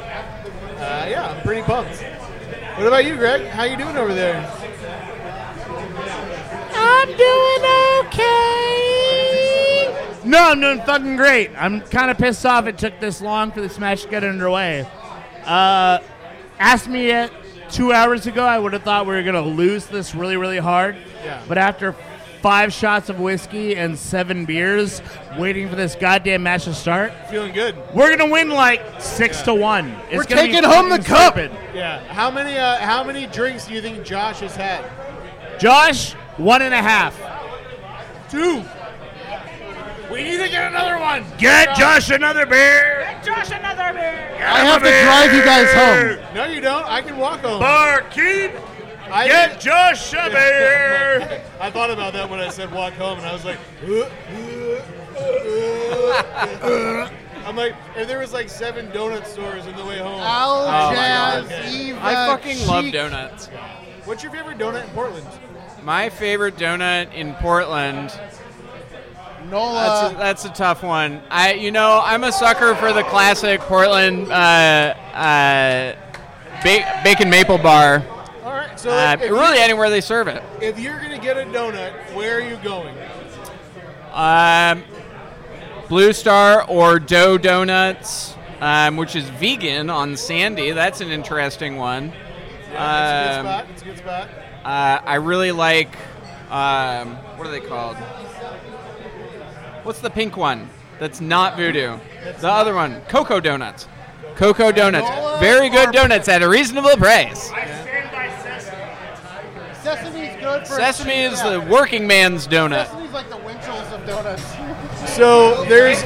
Speaker 9: uh, yeah, I'm pretty pumped. What about you, Greg? How you doing over there? Um,
Speaker 7: I'm doing okay. No, I'm doing fucking great. I'm kind of pissed off it took this long for this match to get underway. Uh, asked me it two hours ago, I would have thought we were going to lose this really, really hard.
Speaker 9: Yeah.
Speaker 7: But after five shots of whiskey and seven beers, waiting for this goddamn match to start.
Speaker 9: Feeling good.
Speaker 7: We're gonna win like six to one. It's gonna be fucking stupid.
Speaker 9: Yeah. How many? Uh, how many drinks do you think Josh has had?
Speaker 7: Josh, one and a half.
Speaker 9: Two. We need to get another one. Uh,
Speaker 7: Get Josh another beer.
Speaker 14: Get Josh another beer.
Speaker 9: I
Speaker 11: have to drive you guys home.
Speaker 9: No, you don't. I can walk home.
Speaker 14: Barkeep,
Speaker 9: I
Speaker 14: get Josh a beer.
Speaker 9: I thought about that when I said walk home, and I was like, I'm like, if there was like seven donut stores on the way home.
Speaker 13: Al Oh, Jazz,
Speaker 9: Okay.
Speaker 21: I fucking love donuts.
Speaker 9: What's your favorite donut in Portland?
Speaker 21: My favorite donut in Portland.
Speaker 11: Nola.
Speaker 21: That's a, that's a tough one. I, you know, I'm a sucker for the classic Portland uh, uh, ba- bacon maple bar.
Speaker 9: All right, so
Speaker 21: uh,
Speaker 9: if- if
Speaker 21: really
Speaker 9: you-
Speaker 21: anywhere they serve it.
Speaker 9: If you're gonna get a donut, where are you going?
Speaker 21: Um, Blue Star or Dough Donuts, um, which is vegan on Sandy. That's an interesting one.
Speaker 9: Yeah,
Speaker 21: Um,
Speaker 9: it's a good spot. It's
Speaker 21: Uh, I really like. Um, what are they called? What's the pink one? That's not voodoo. The other one, Cocoa Donuts. Cocoa Donuts. Very good donuts at a reasonable price.
Speaker 11: Sesame's good for
Speaker 21: Sesame is the working man's donut.
Speaker 11: Sesame's like the Winchells of donuts.
Speaker 9: So there's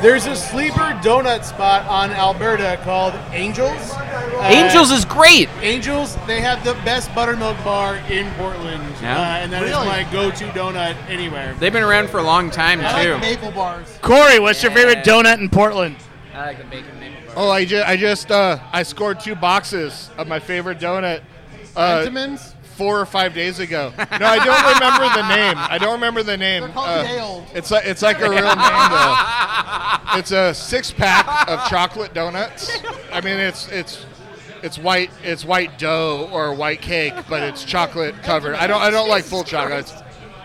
Speaker 9: there's a sleeper donut spot on Alberta called Angels. Uh,
Speaker 21: Angels is great.
Speaker 9: Angels, they have the best buttermilk bar in Portland,
Speaker 21: Yeah.
Speaker 9: uh, and that is
Speaker 21: Really?
Speaker 9: my go-to donut anywhere.
Speaker 21: They've been around for a long time, too.
Speaker 9: maple bars.
Speaker 7: Corey, what's your favorite donut in Portland?
Speaker 21: I like the bacon maple bar.
Speaker 3: Oh, I, ju- I just uh, I scored two boxes of my favorite donut. Uh,
Speaker 11: Sentiments?
Speaker 3: Four or five days ago. No, I don't remember the name. I don't remember the name.
Speaker 11: They're called
Speaker 3: Uh,
Speaker 11: nailed.
Speaker 3: It's like it's like a real name though. It's a six pack of chocolate donuts. I mean, it's it's it's white it's white dough or white cake, but it's chocolate covered. I don't I don't like full chocolate.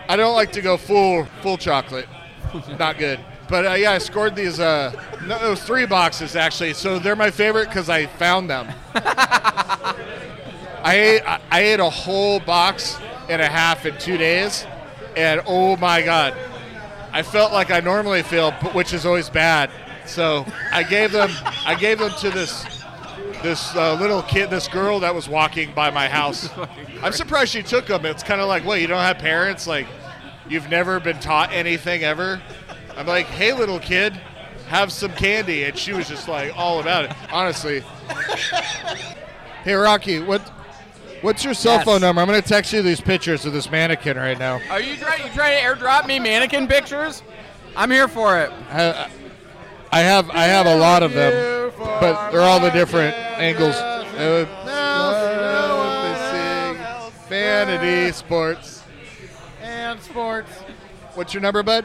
Speaker 3: I don't like to go full full chocolate. Not good. But uh, yeah, I scored these. Uh, no, it was three boxes actually, so they're my favorite because I found them. I ate I, I ate a whole box and a half in two days, and oh my god, I felt like I normally feel, but which is always bad. So I gave them I gave them to this this uh, little kid, this girl that was walking by my house. I'm surprised she took them. It's kind of like, wait, you don't have parents? Like, you've never been taught anything ever? I'm like, hey, little kid, have some candy, and she was just like all about it. Honestly,
Speaker 11: Hey Rocky, what
Speaker 3: what's your cell
Speaker 11: Yes.
Speaker 3: phone number? I'm gonna text you these pictures of this mannequin right now.
Speaker 21: Are you trying, you trying to airdrop me mannequin pictures? I'm here for it. Uh,
Speaker 3: I, I have I have a lot of them, but they're all the different angles. Uh, Vanity sports.
Speaker 11: and sports.
Speaker 3: What's your number, bud?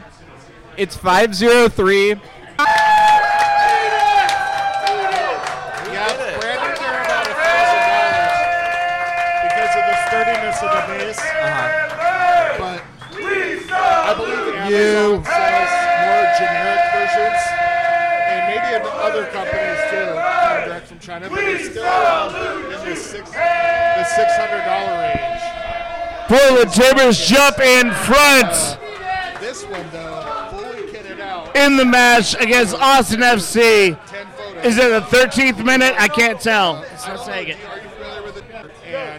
Speaker 21: It's 503.
Speaker 3: Yeah, Brandon
Speaker 14: care
Speaker 3: about
Speaker 14: a thousand dollars
Speaker 3: because of the sturdiness of the base.
Speaker 14: But I
Speaker 3: believe
Speaker 14: in
Speaker 3: You.
Speaker 9: sells more generic versions, and maybe in other companies too, uh, direct from China, but it's still in the six the six hundred dollar range.
Speaker 7: Portland Timbers jump in front
Speaker 3: This one though, fully kitted out.
Speaker 7: in the match against Austin FC. Is it the 13th minute? I can't tell.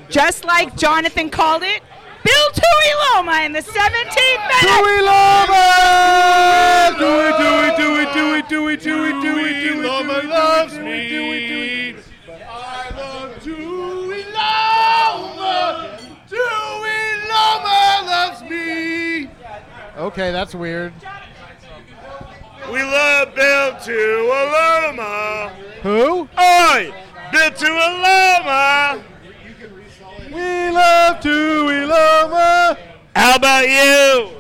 Speaker 19: Just like Jonathan called it, Bill Tuiloma in the 17th minute.
Speaker 14: Tuiloma! Do it, do it, do it, do it, do it, do it, do it, do it, do it, loves me. Do it, do it, do it. I love Tuiloma. Tuiloma loves me.
Speaker 11: Okay, that's weird.
Speaker 14: We love Bill Tuiloma.
Speaker 11: Who?
Speaker 14: Oi, Bill Tuiloma. We love Tuiloma.
Speaker 7: How about you?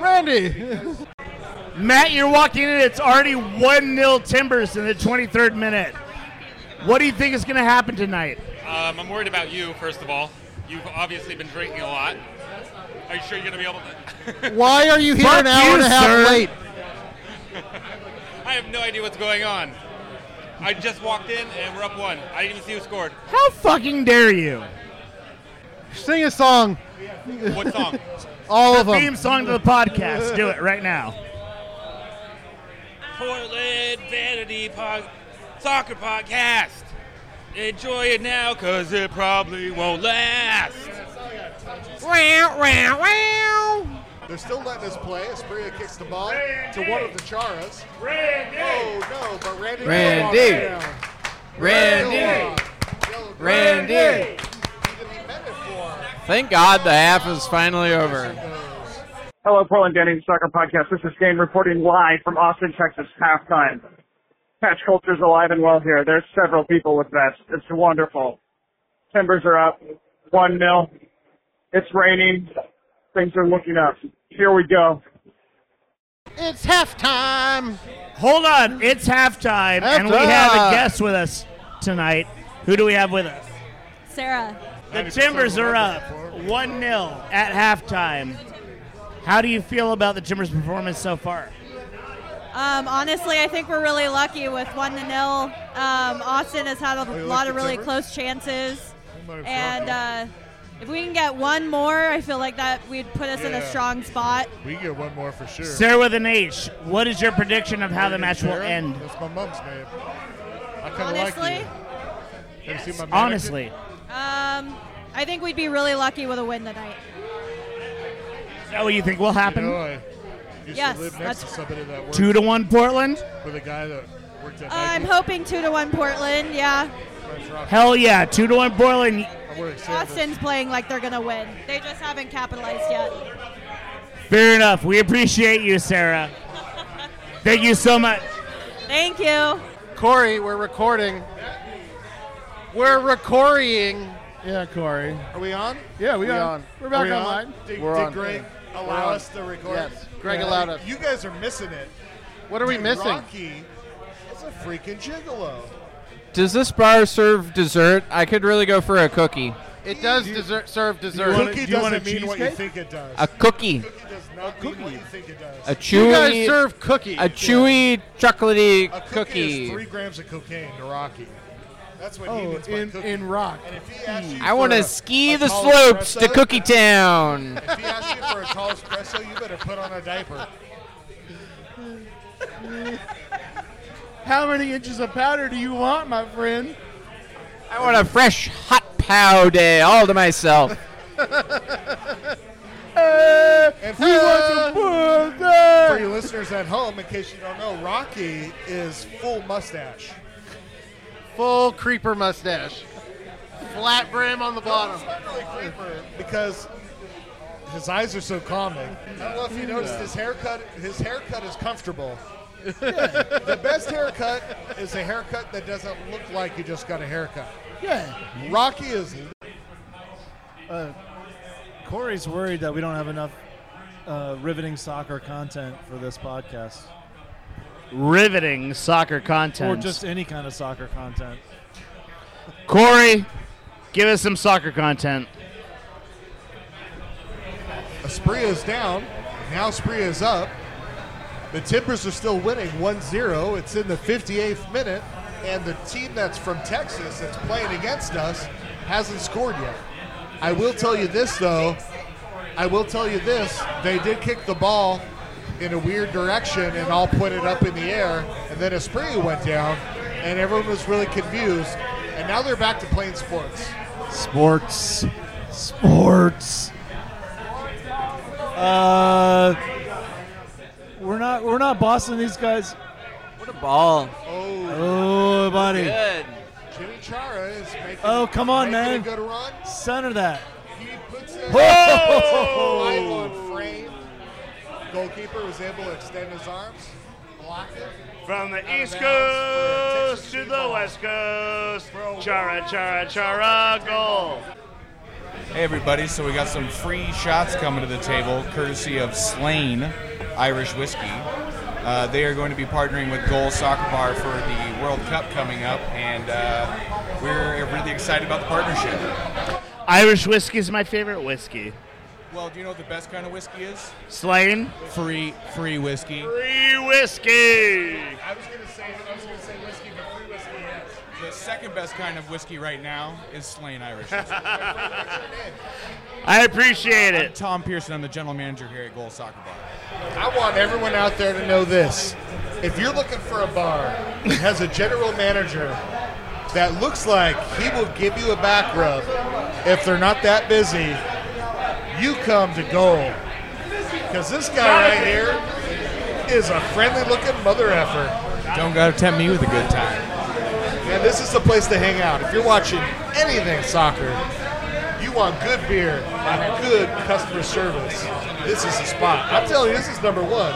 Speaker 11: Randy.
Speaker 7: Matt, you're walking in. It's already 1 0 Timbers in the 23rd minute. What do you think is going to happen tonight?
Speaker 22: Um, I'm worried about you, first of all. You've obviously been drinking a lot. Are you sure you're going to be able to?
Speaker 11: Why are you here an hour and a half late?
Speaker 22: I have no idea what's going on. I just walked in and we're up one. I didn't even see who scored.
Speaker 7: How fucking dare you?
Speaker 11: Sing a song.
Speaker 22: What song?
Speaker 7: All
Speaker 22: of 'em.
Speaker 7: Theme song to the podcast. Do it right now.
Speaker 22: Portland Vanity pod- Soccer Podcast. Enjoy it now, cause it probably won't last. Wow, wow, wow.
Speaker 3: They're still letting us play. Espria kicks the ball to one of the Charas. Randy! Oh, no, but Randy.
Speaker 21: Randy. Randy. Randy. Thank God the half is finally over.
Speaker 1: Hello, Portland Danny Soccer Podcast. This is Dan reporting live from Austin, Texas, halftime. Patch culture's alive and well here. There's several people with vests. It's wonderful. Timbers are up. One nil. It's raining. Things are looking up. Here we go.
Speaker 7: It's halftime. Hold on. It's halftime, and we have
Speaker 1: Halftime.
Speaker 7: a guest with us tonight. Who do we have with us?
Speaker 23: Sarah.
Speaker 7: The Timbers are up 1 0 at halftime. How do you feel about the Timbers' performance so far?
Speaker 23: Um, honestly, I think we're really lucky with one to nil. Um, Austin has had a lot of really close chances, and uh, if we can get one more, I feel like that we'd put us in a
Speaker 3: Yeah.
Speaker 23: strong spot.
Speaker 3: We get one more for sure.
Speaker 7: Sarah with an H, what is your prediction of how the match will
Speaker 3: Sarah?
Speaker 7: end?
Speaker 3: That's my mom's name. I kind of like
Speaker 23: Honestly,
Speaker 3: you. Have you seen my mannequin?
Speaker 7: Honestly,
Speaker 23: um, I think we'd be really lucky with a win tonight.
Speaker 7: is that what you think will happen?
Speaker 3: You know, I used
Speaker 23: Yes,
Speaker 3: to live next
Speaker 23: that's-
Speaker 3: to somebody that worked
Speaker 7: Two to one Portland.
Speaker 3: with a guy that worked at
Speaker 23: I'm
Speaker 3: Nike.
Speaker 23: hoping two to one Portland. Yeah,
Speaker 7: Hell yeah, two to one Portland.
Speaker 3: I worked at Sanders.
Speaker 23: Austin's playing like they're gonna win. They just haven't capitalized yet.
Speaker 7: Fair enough. We appreciate you, Sarah. Thank you so much.
Speaker 23: Thank you.
Speaker 11: Corey, we're recording. We're recording.
Speaker 3: Yeah, Corey. Are we on?
Speaker 11: Yeah, we are. We're back online.
Speaker 3: Did,
Speaker 11: We're
Speaker 3: did
Speaker 11: on.
Speaker 3: Greg
Speaker 11: Yeah.
Speaker 3: allow
Speaker 11: We're on.
Speaker 3: us to record?
Speaker 11: Yes, Greg allowed us.
Speaker 3: You guys are missing it.
Speaker 11: What are we
Speaker 3: Dude,
Speaker 11: missing?
Speaker 3: Rocky is a freaking gigolo.
Speaker 21: Does this bar serve dessert? I could really go for a cookie.
Speaker 11: It does deser- serve dessert.
Speaker 3: Cookie doesn't mean what you think it does.
Speaker 21: A cookie.
Speaker 3: Cookie does not mean what you think it does.
Speaker 21: A chewy. A chewy chocolatey
Speaker 3: A
Speaker 21: cookie.
Speaker 3: is three grams of cocaine to Rocky. That's what he
Speaker 11: Oh,
Speaker 3: means by
Speaker 11: in,
Speaker 3: cookie.
Speaker 11: in rock.
Speaker 3: And if he asks you
Speaker 21: I want
Speaker 3: for
Speaker 21: to
Speaker 3: a-
Speaker 21: ski
Speaker 3: a
Speaker 21: the
Speaker 3: tall
Speaker 21: slopes to
Speaker 3: espresso-
Speaker 21: Cookie Town.
Speaker 3: If he asks you for a tall espresso, you better put on a diaper.
Speaker 11: How many inches of powder do you want, my friend?
Speaker 21: I want a fresh hot pow day all to myself. Uh,
Speaker 3: If
Speaker 11: he wants a burger.
Speaker 3: For you listeners at home, in case you don't know, Rocky is full mustache.
Speaker 11: Full creeper mustache. Flat brim on the bottom.
Speaker 3: because his eyes are so calming. I don't know if you noticed
Speaker 11: Yeah.
Speaker 3: his haircut. His haircut is comfortable. the best haircut is a haircut that doesn't look like you just got a haircut.
Speaker 11: Yeah.
Speaker 3: Rocky is.
Speaker 12: Uh, Corey's worried that we don't have enough uh, riveting soccer content for this podcast,
Speaker 7: Riveting soccer
Speaker 12: or
Speaker 7: content.
Speaker 12: just any kind of soccer content.
Speaker 7: Corey, give us some soccer content.
Speaker 3: Espria is down. Now Espria is up. The Timbers are still winning 1-0. It's in the 58th minute, and the team that's from Texas that's playing against us hasn't scored yet. I will tell you this though. I will tell you this. They did kick the ball in a weird direction and all put it up in the air, and then Espria went down, and everyone was really confused. And now they're back to playing sports.
Speaker 12: Sports, sports. Uh, we're not we're not bossing these guys. What
Speaker 21: a ball!
Speaker 12: Oh, buddy.
Speaker 3: Jimmy Chara is making.
Speaker 12: Oh, come on,
Speaker 3: making
Speaker 12: man.
Speaker 3: A good run.
Speaker 12: Center that.
Speaker 3: He puts it
Speaker 12: Whoa!
Speaker 3: live on frame. Goalkeeper was able to extend his arms, block it.
Speaker 24: From the
Speaker 3: Out of
Speaker 24: East
Speaker 3: bounds
Speaker 24: Coast to the West Coast, chara chara chara goal.
Speaker 25: Hey, everybody. So we got some free shots coming to the table courtesy of Slain Irish Whiskey. Uh, they are going to be partnering with Goal Soccer Bar for the World Cup coming up, and uh, we're really excited about the partnership.
Speaker 7: Irish whiskey is my favorite whiskey.
Speaker 25: Well, do you know what the best kind of whiskey is?
Speaker 7: Slain.
Speaker 25: Free, free whiskey.
Speaker 7: Free whiskey.
Speaker 3: I was gonna say, I was gonna say whiskey, but free whiskey yes.
Speaker 25: The second best kind of whiskey right now is Slain Irish. Whiskey.
Speaker 24: I appreciate it.
Speaker 25: I'm Tom Pearson. I'm the general manager here at Gold Soccer Bar.
Speaker 3: I want everyone out there to know this. If you're looking for a bar that has a general manager that looks like he will give you a back rub if they're not that busy, you come to Gold. Because this guy right here is a friendly looking mother effer.
Speaker 25: Don't gotta tempt me with a good time.
Speaker 3: And this is the place to hang out. If you're watching anything soccer, you want good beer and good customer service. This is the spot. I'm telling you, this is number one.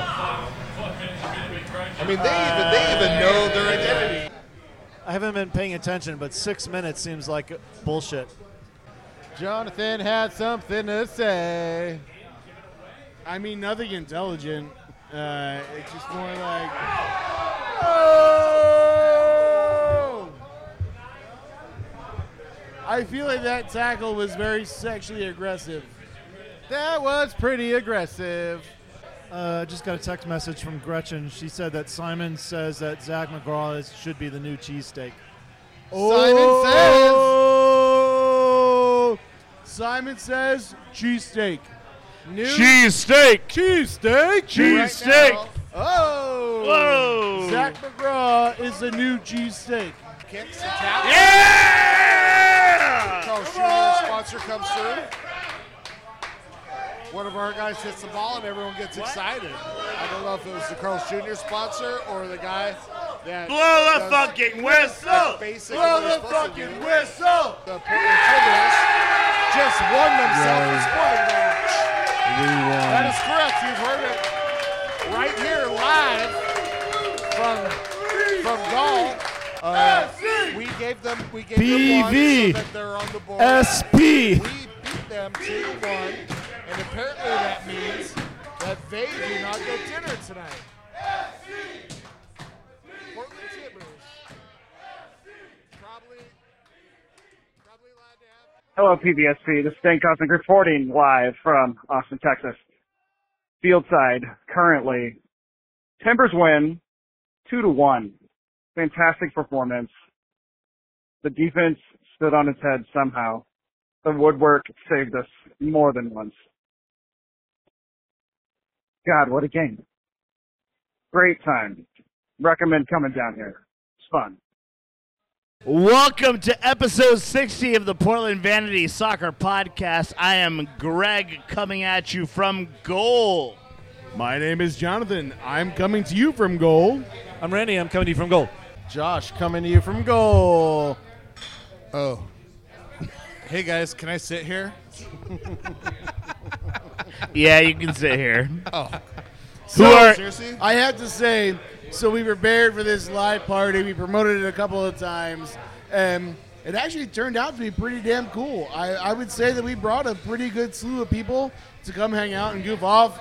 Speaker 3: I mean, they even they even know their identity.
Speaker 12: I haven't been paying attention, but six minutes seems like bullshit.
Speaker 9: Jonathan had something to say. I mean, nothing intelligent. Uh, it's just more like. Oh! I feel like that tackle was very sexually aggressive. That was pretty aggressive.
Speaker 12: Uh, I just got a text message from Gretchen. She said that Simon says that Zach McGraw is, should be the new cheesesteak.
Speaker 9: Simon says. Simon says cheesesteak. New
Speaker 24: Cheesesteak.
Speaker 9: Cheesesteak.
Speaker 24: Cheesesteak.
Speaker 9: Right now- oh.
Speaker 24: Whoa.
Speaker 9: Zach McGraw is the new cheesesteak.
Speaker 3: Kicks and tackles. Yeah!
Speaker 9: Come
Speaker 3: Coach,
Speaker 9: on.
Speaker 3: sponsor comes through. One of our guys hits the ball and everyone gets excited. I don't know if it was the Carl's Jr. sponsor or the guy that
Speaker 24: Blow the
Speaker 3: does-
Speaker 24: fucking
Speaker 3: that's
Speaker 24: whistle.
Speaker 3: basic
Speaker 24: Blow
Speaker 3: what they're
Speaker 24: the
Speaker 3: supposed to
Speaker 24: fucking
Speaker 3: do.
Speaker 24: whistle.
Speaker 3: The Portland Timbers just won themselves a
Speaker 2: Yay.
Speaker 3: sporting match. That
Speaker 11: um,
Speaker 2: won.
Speaker 3: is correct. You've heard it right here live from from Gaul. Uh, we gave them we gave them one so
Speaker 2: PV.
Speaker 3: that they're on the board.
Speaker 2: SP.
Speaker 3: We beat them two to one, and apparently that means that they do not get dinner tonight. Portland Timbers probably
Speaker 1: Hello, PBSP. This is Dan Cosmic reporting live from Austin, Texas. Fieldside currently. Timbers win two to one. Fantastic performance. The defense stood on its head somehow. The woodwork saved us more than once. God, what a game. Great time. Recommend coming down here. It's fun.
Speaker 7: Welcome to episode 60 of the Portland Vanity Soccer Podcast. I am Greg coming at you from goal.
Speaker 9: My name is Jonathan. I'm coming to you from goal.
Speaker 2: I'm Randy. I'm coming to you from goal.
Speaker 9: Josh coming to you from goal.
Speaker 3: Oh. Hey guys, can I sit here?
Speaker 7: Yeah, you can sit here.
Speaker 3: Oh.
Speaker 9: So,
Speaker 7: Who are-
Speaker 9: I have to say, so we prepared for this live party. We promoted it a couple of times. and it actually turned out to be pretty damn cool. I, I would say that we brought a pretty good slew of people to come hang out and goof off.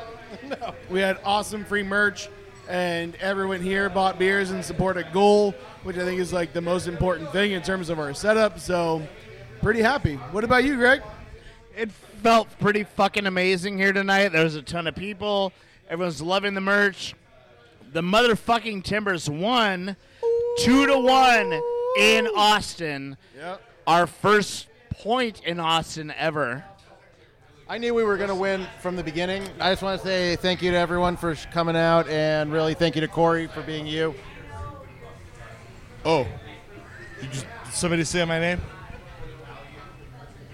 Speaker 9: We had awesome free merch, and everyone here bought beers and supported Goal, which I think is like the most important thing in terms of our setup. So, pretty happy. What about you, Greg?
Speaker 7: It felt pretty fucking amazing here tonight. There was a ton of people. Everyone's loving the merch. The motherfucking Timbers won two to one in Austin.
Speaker 3: Yep.
Speaker 7: Our first point in Austin ever.
Speaker 2: I knew we were going to win from the beginning. I just want to say thank you to everyone for sh- coming out, and really thank you to Corey for being you.
Speaker 3: Oh, you just did somebody say my name?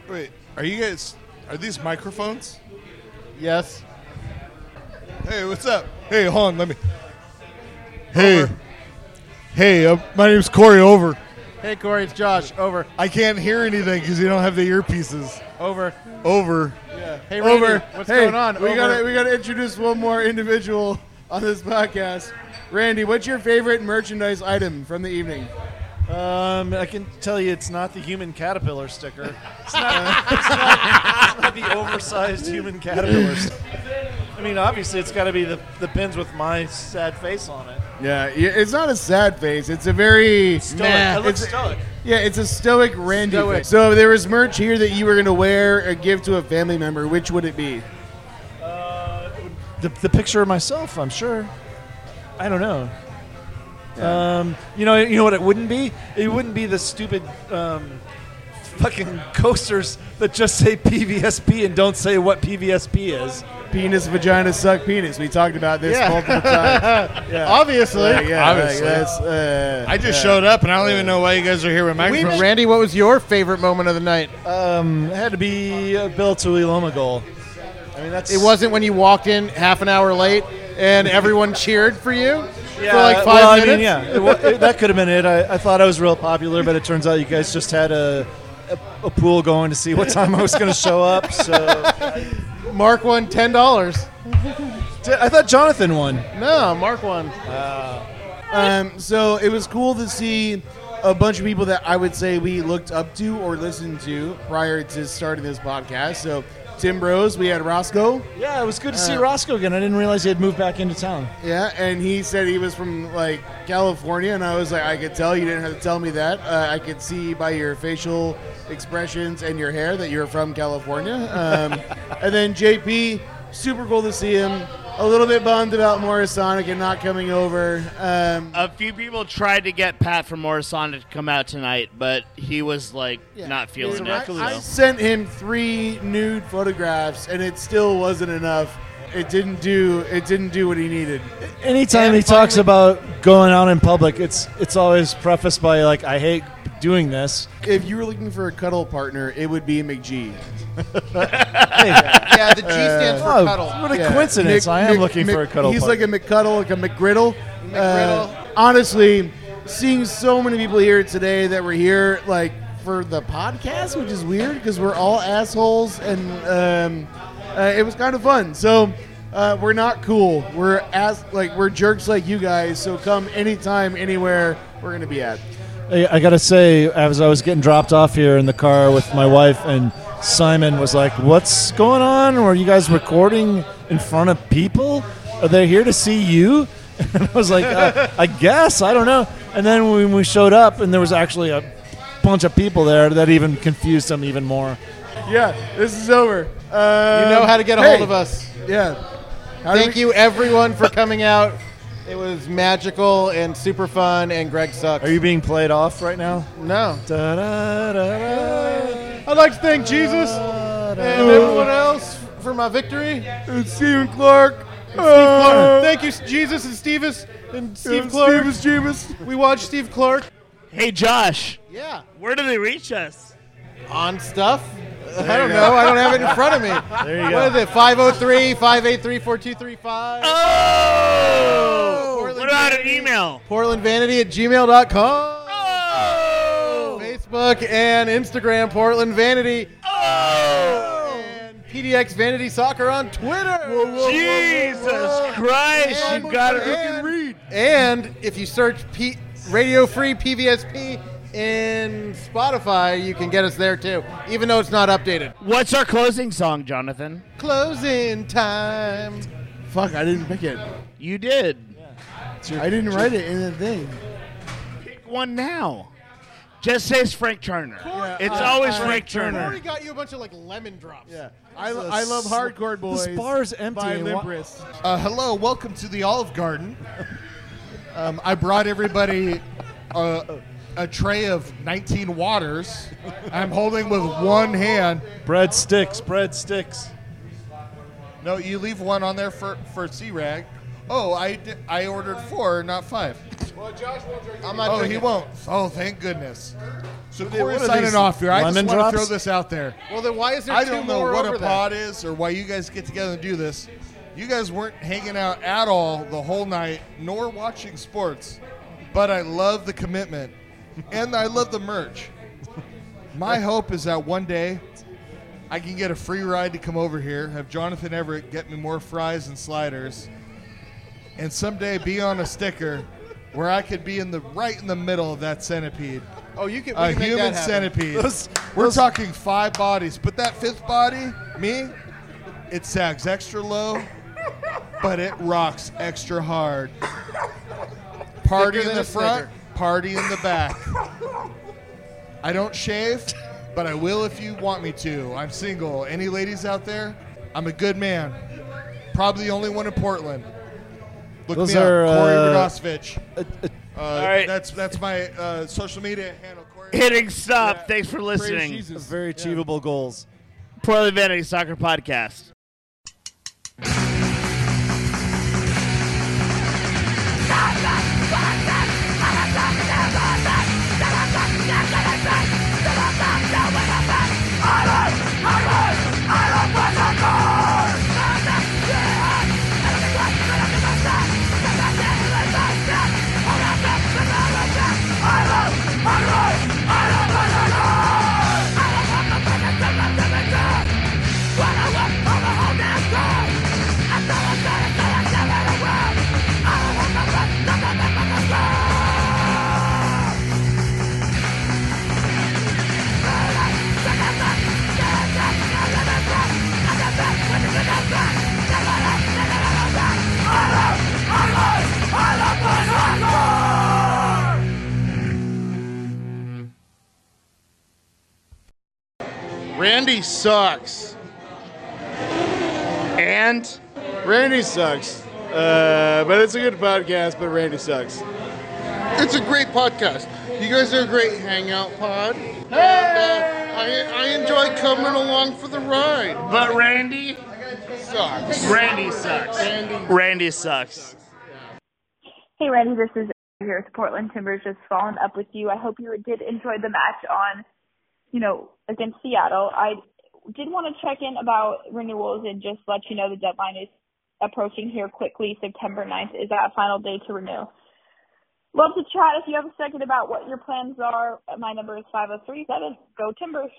Speaker 3: Wait, are you guys? Are these microphones?
Speaker 2: Yes.
Speaker 3: Hey, what's up? Hey, hold on, let me. Hey, hey, uh, my name's Corey. Over.
Speaker 2: Hey, Corey, it's Josh. Over.
Speaker 3: I can't hear anything because you don't have the earpieces.
Speaker 2: Over.
Speaker 7: Oh,
Speaker 3: Over.
Speaker 2: Yeah. Hey, Randy,
Speaker 9: Over.
Speaker 2: what's
Speaker 9: Hey,
Speaker 2: going on?
Speaker 9: We
Speaker 2: Over.
Speaker 9: gotta we gotta introduce one more individual on this podcast. Randy, what's your favorite merchandise item from the evening?
Speaker 12: Um, I can tell you it's not the human caterpillar sticker. It's
Speaker 9: not-
Speaker 12: it's not, it's not the oversized human caterpillar. sticker. I mean, obviously, it's got to be the, the pins with my sad face on it.
Speaker 9: Yeah, y- it's not a sad face. It's a very
Speaker 12: Stoic. It looks
Speaker 9: It's-
Speaker 12: stoic.
Speaker 9: Yeah, it's a stoic Randy.
Speaker 12: Stoic.
Speaker 9: Face. So if there was merch here that you were gonna wear or give to a family member, which would it be?
Speaker 12: Uh, The, the picture of myself, I'm sure. I don't know.
Speaker 4: Um, you know, you know what it wouldn't be? It wouldn't be the stupid um, fucking coasters that just say PVSP and don't say what PVSP is.
Speaker 9: Penis, vagina, suck penis. We talked about this
Speaker 3: Yeah.
Speaker 9: multiple times. Yeah.
Speaker 3: Obviously.
Speaker 9: Like, yeah, like,
Speaker 3: Obviously.
Speaker 9: that's, uh,
Speaker 3: I just
Speaker 9: yeah.
Speaker 3: showed up, and I don't even know why you guys are here with microphones.
Speaker 11: Randy, what was your favorite moment of the night? Um, it had to be a Bill Tuiloma goal. I mean, that's it wasn't when you walked in half an hour late and everyone cheered for you
Speaker 4: Yeah,
Speaker 11: for like five
Speaker 4: Uh, well,
Speaker 11: minutes.
Speaker 4: I mean, yeah, it wa- it- that could have been it. I, I thought I was real popular, but it turns out you guys just had a a, a pool going to see what time I was going to show up. So
Speaker 11: Mark won ten dollars.
Speaker 4: I thought Jonathan won.
Speaker 11: No, Mark won.
Speaker 9: Um, so it was cool to see a bunch of people that I would say we looked up to or listened to prior to starting this podcast. So Tim Rose, we had Roscoe.
Speaker 4: Yeah, it was good to see
Speaker 9: Uh,
Speaker 4: Roscoe again. I didn't realize he had moved back into town.
Speaker 9: Yeah, and he said he was from like California, and I was like, I could tell you didn't have to tell me that. Uh, I could see by your facial expressions and your hair that you're from California. Um, and then JP, super cool to see him. A little bit bummed about Morisonic and not coming over. Um,
Speaker 7: A few people tried to get Pat from Morrison to come out tonight, but he was like not feeling
Speaker 9: I,
Speaker 7: it.
Speaker 9: I sent him three nude photographs, and it still wasn't enough. It didn't do. It didn't do what he needed.
Speaker 4: Anytime he talks about going out in public, it's it's always prefaced by like, "I hate doing this."
Speaker 9: If you were looking for a cuddle partner, it would be McG.
Speaker 11: yeah, the G stands for
Speaker 9: Uh,
Speaker 11: cuddle. What a coincidence. I am looking for a cuddle
Speaker 9: He's
Speaker 11: partner.
Speaker 9: like a McCuddle, like a McGriddle. Uh, honestly, seeing so many people here today that were here like for the podcast, which is weird because we're all assholes, and um, uh, it was kind of fun. So. Uh, we're not cool. We're as like we're jerks like you guys. So come anytime, anywhere. We're gonna be at.
Speaker 4: I, I gotta say, as I was getting dropped off here in the car with my wife, and Simon was like, "What's going on? Were you guys recording in front of people? Are they here to see you?" And I was like, uh, "I guess I don't know." And then when we showed up, and there was actually a bunch of people there, that even confused them even more.
Speaker 9: Yeah, this is over. Uh,
Speaker 11: you know how to get a
Speaker 9: hey.
Speaker 11: hold of us.
Speaker 9: Yeah. How do
Speaker 11: Thank
Speaker 9: we-
Speaker 11: you, everyone, for coming out. It was magical and super fun. And Greg sucks.
Speaker 4: Are you being played off right now?
Speaker 11: No.
Speaker 4: I'd
Speaker 11: like to thank Jesus and everyone else for my victory.
Speaker 9: And Stephen Clark. Ah.
Speaker 11: Steve Clark. Thank you, Jesus and Stevens and Steve
Speaker 9: And
Speaker 11: Clark.
Speaker 9: Stevens, Jeebus.
Speaker 11: We watched Steve Clark.
Speaker 7: Hey, Josh.
Speaker 11: Yeah.
Speaker 7: Where do they reach us?
Speaker 11: On stuff.
Speaker 7: There
Speaker 11: I don't
Speaker 7: you
Speaker 11: know.
Speaker 7: go.
Speaker 11: I don't have it in front of me.
Speaker 7: There you
Speaker 11: What
Speaker 7: go.
Speaker 11: is it? 503 583 4235. Oh! What about an email? PortlandVanity at gmail.com. Oh! Facebook and Instagram, Portland Vanity. Oh! And PDX Vanity Soccer on Twitter.
Speaker 26: Jesus Christ, you gotta-
Speaker 11: and, read. And if you search P- Radio Free PVSP in Spotify, you can get us there too, even though it's not updated.
Speaker 7: What's our closing song, Jonathan?
Speaker 11: Closing time.
Speaker 9: Fuck, I didn't pick it.
Speaker 7: You did.
Speaker 9: I didn't write it in the thing.
Speaker 7: Pick one now. Just says Frank Turner. it's always Frank Turner.
Speaker 11: got you a bunch of like lemon drops. Yeah,
Speaker 9: I, I love Hardcore Boys. By Limbrist.
Speaker 3: Uh, hello, welcome to the Olive Garden. Um, I brought everybody a, a tray of 19 waters. I'm holding with one hand.
Speaker 4: Bread sticks, bread sticks.
Speaker 3: No, you leave one on there for for C rag. Oh, I di- I ordered four, not five.
Speaker 9: Well, Josh won't drink
Speaker 3: I'm not oh, he won't. Oh, thank goodness. So
Speaker 9: What are
Speaker 3: Corey's
Speaker 9: these,
Speaker 3: signing off here. I just
Speaker 9: lemon
Speaker 3: want to throw
Speaker 9: drops?
Speaker 3: this out there.
Speaker 11: Well, then why is there
Speaker 3: I
Speaker 11: two
Speaker 3: don't know
Speaker 11: more
Speaker 3: what
Speaker 11: over
Speaker 3: a
Speaker 11: that?
Speaker 3: pod is or why you guys get together and do this. You guys weren't hanging out at all the whole night, nor watching sports. But I love the commitment, and I love the merch. My hope is that one day I can get a free ride to come over here, have Jonathan Everett get me more fries and sliders, and someday be on a sticker where I could be in the right in the middle of that centipede.
Speaker 11: Oh, you could- we
Speaker 3: a
Speaker 11: can make
Speaker 3: human
Speaker 11: that happen.
Speaker 3: centipede.
Speaker 11: Those-
Speaker 3: We're
Speaker 11: those-
Speaker 3: talking five bodies, but that fifth body, me, it sags extra low, but it rocks extra hard. Party Thicker in than the a front, snicker. party in the back. I don't shave, but I will if you want me to. I'm single. Any ladies out there? I'm a good man. Probably the only one in Portland. Look
Speaker 4: Those
Speaker 3: me
Speaker 4: are
Speaker 3: up, Corey
Speaker 4: uh,
Speaker 3: Radosvich.
Speaker 4: a, a
Speaker 3: Uh, All right. That's that's my uh, social media handle. Corey.
Speaker 7: Hitting stop.
Speaker 3: Yeah.
Speaker 7: Thanks for
Speaker 3: Praise
Speaker 7: listening.
Speaker 3: Jesus.
Speaker 7: Very
Speaker 3: achievable
Speaker 7: goals. Portland Vanity Soccer Podcast.
Speaker 9: Randy sucks. And Randy sucks. Uh, but it's a good podcast. But Randy sucks.
Speaker 3: It's a great podcast. You guys are a great hangout pod. And, uh, I, I enjoy coming along for the ride.
Speaker 7: But Randy
Speaker 3: sucks.
Speaker 7: Randy sucks. Randy sucks.
Speaker 20: Hey, Randy, this is here with Portland Timbers. Just following up with you. I hope you did enjoy the match on, you know, against Seattle. I did want to check in about renewals and just let you know the deadline is approaching here quickly. September 9th is that final day to renew. Love to chat if you have a second about what your plans are. My number oh is 5037. Go Timbers.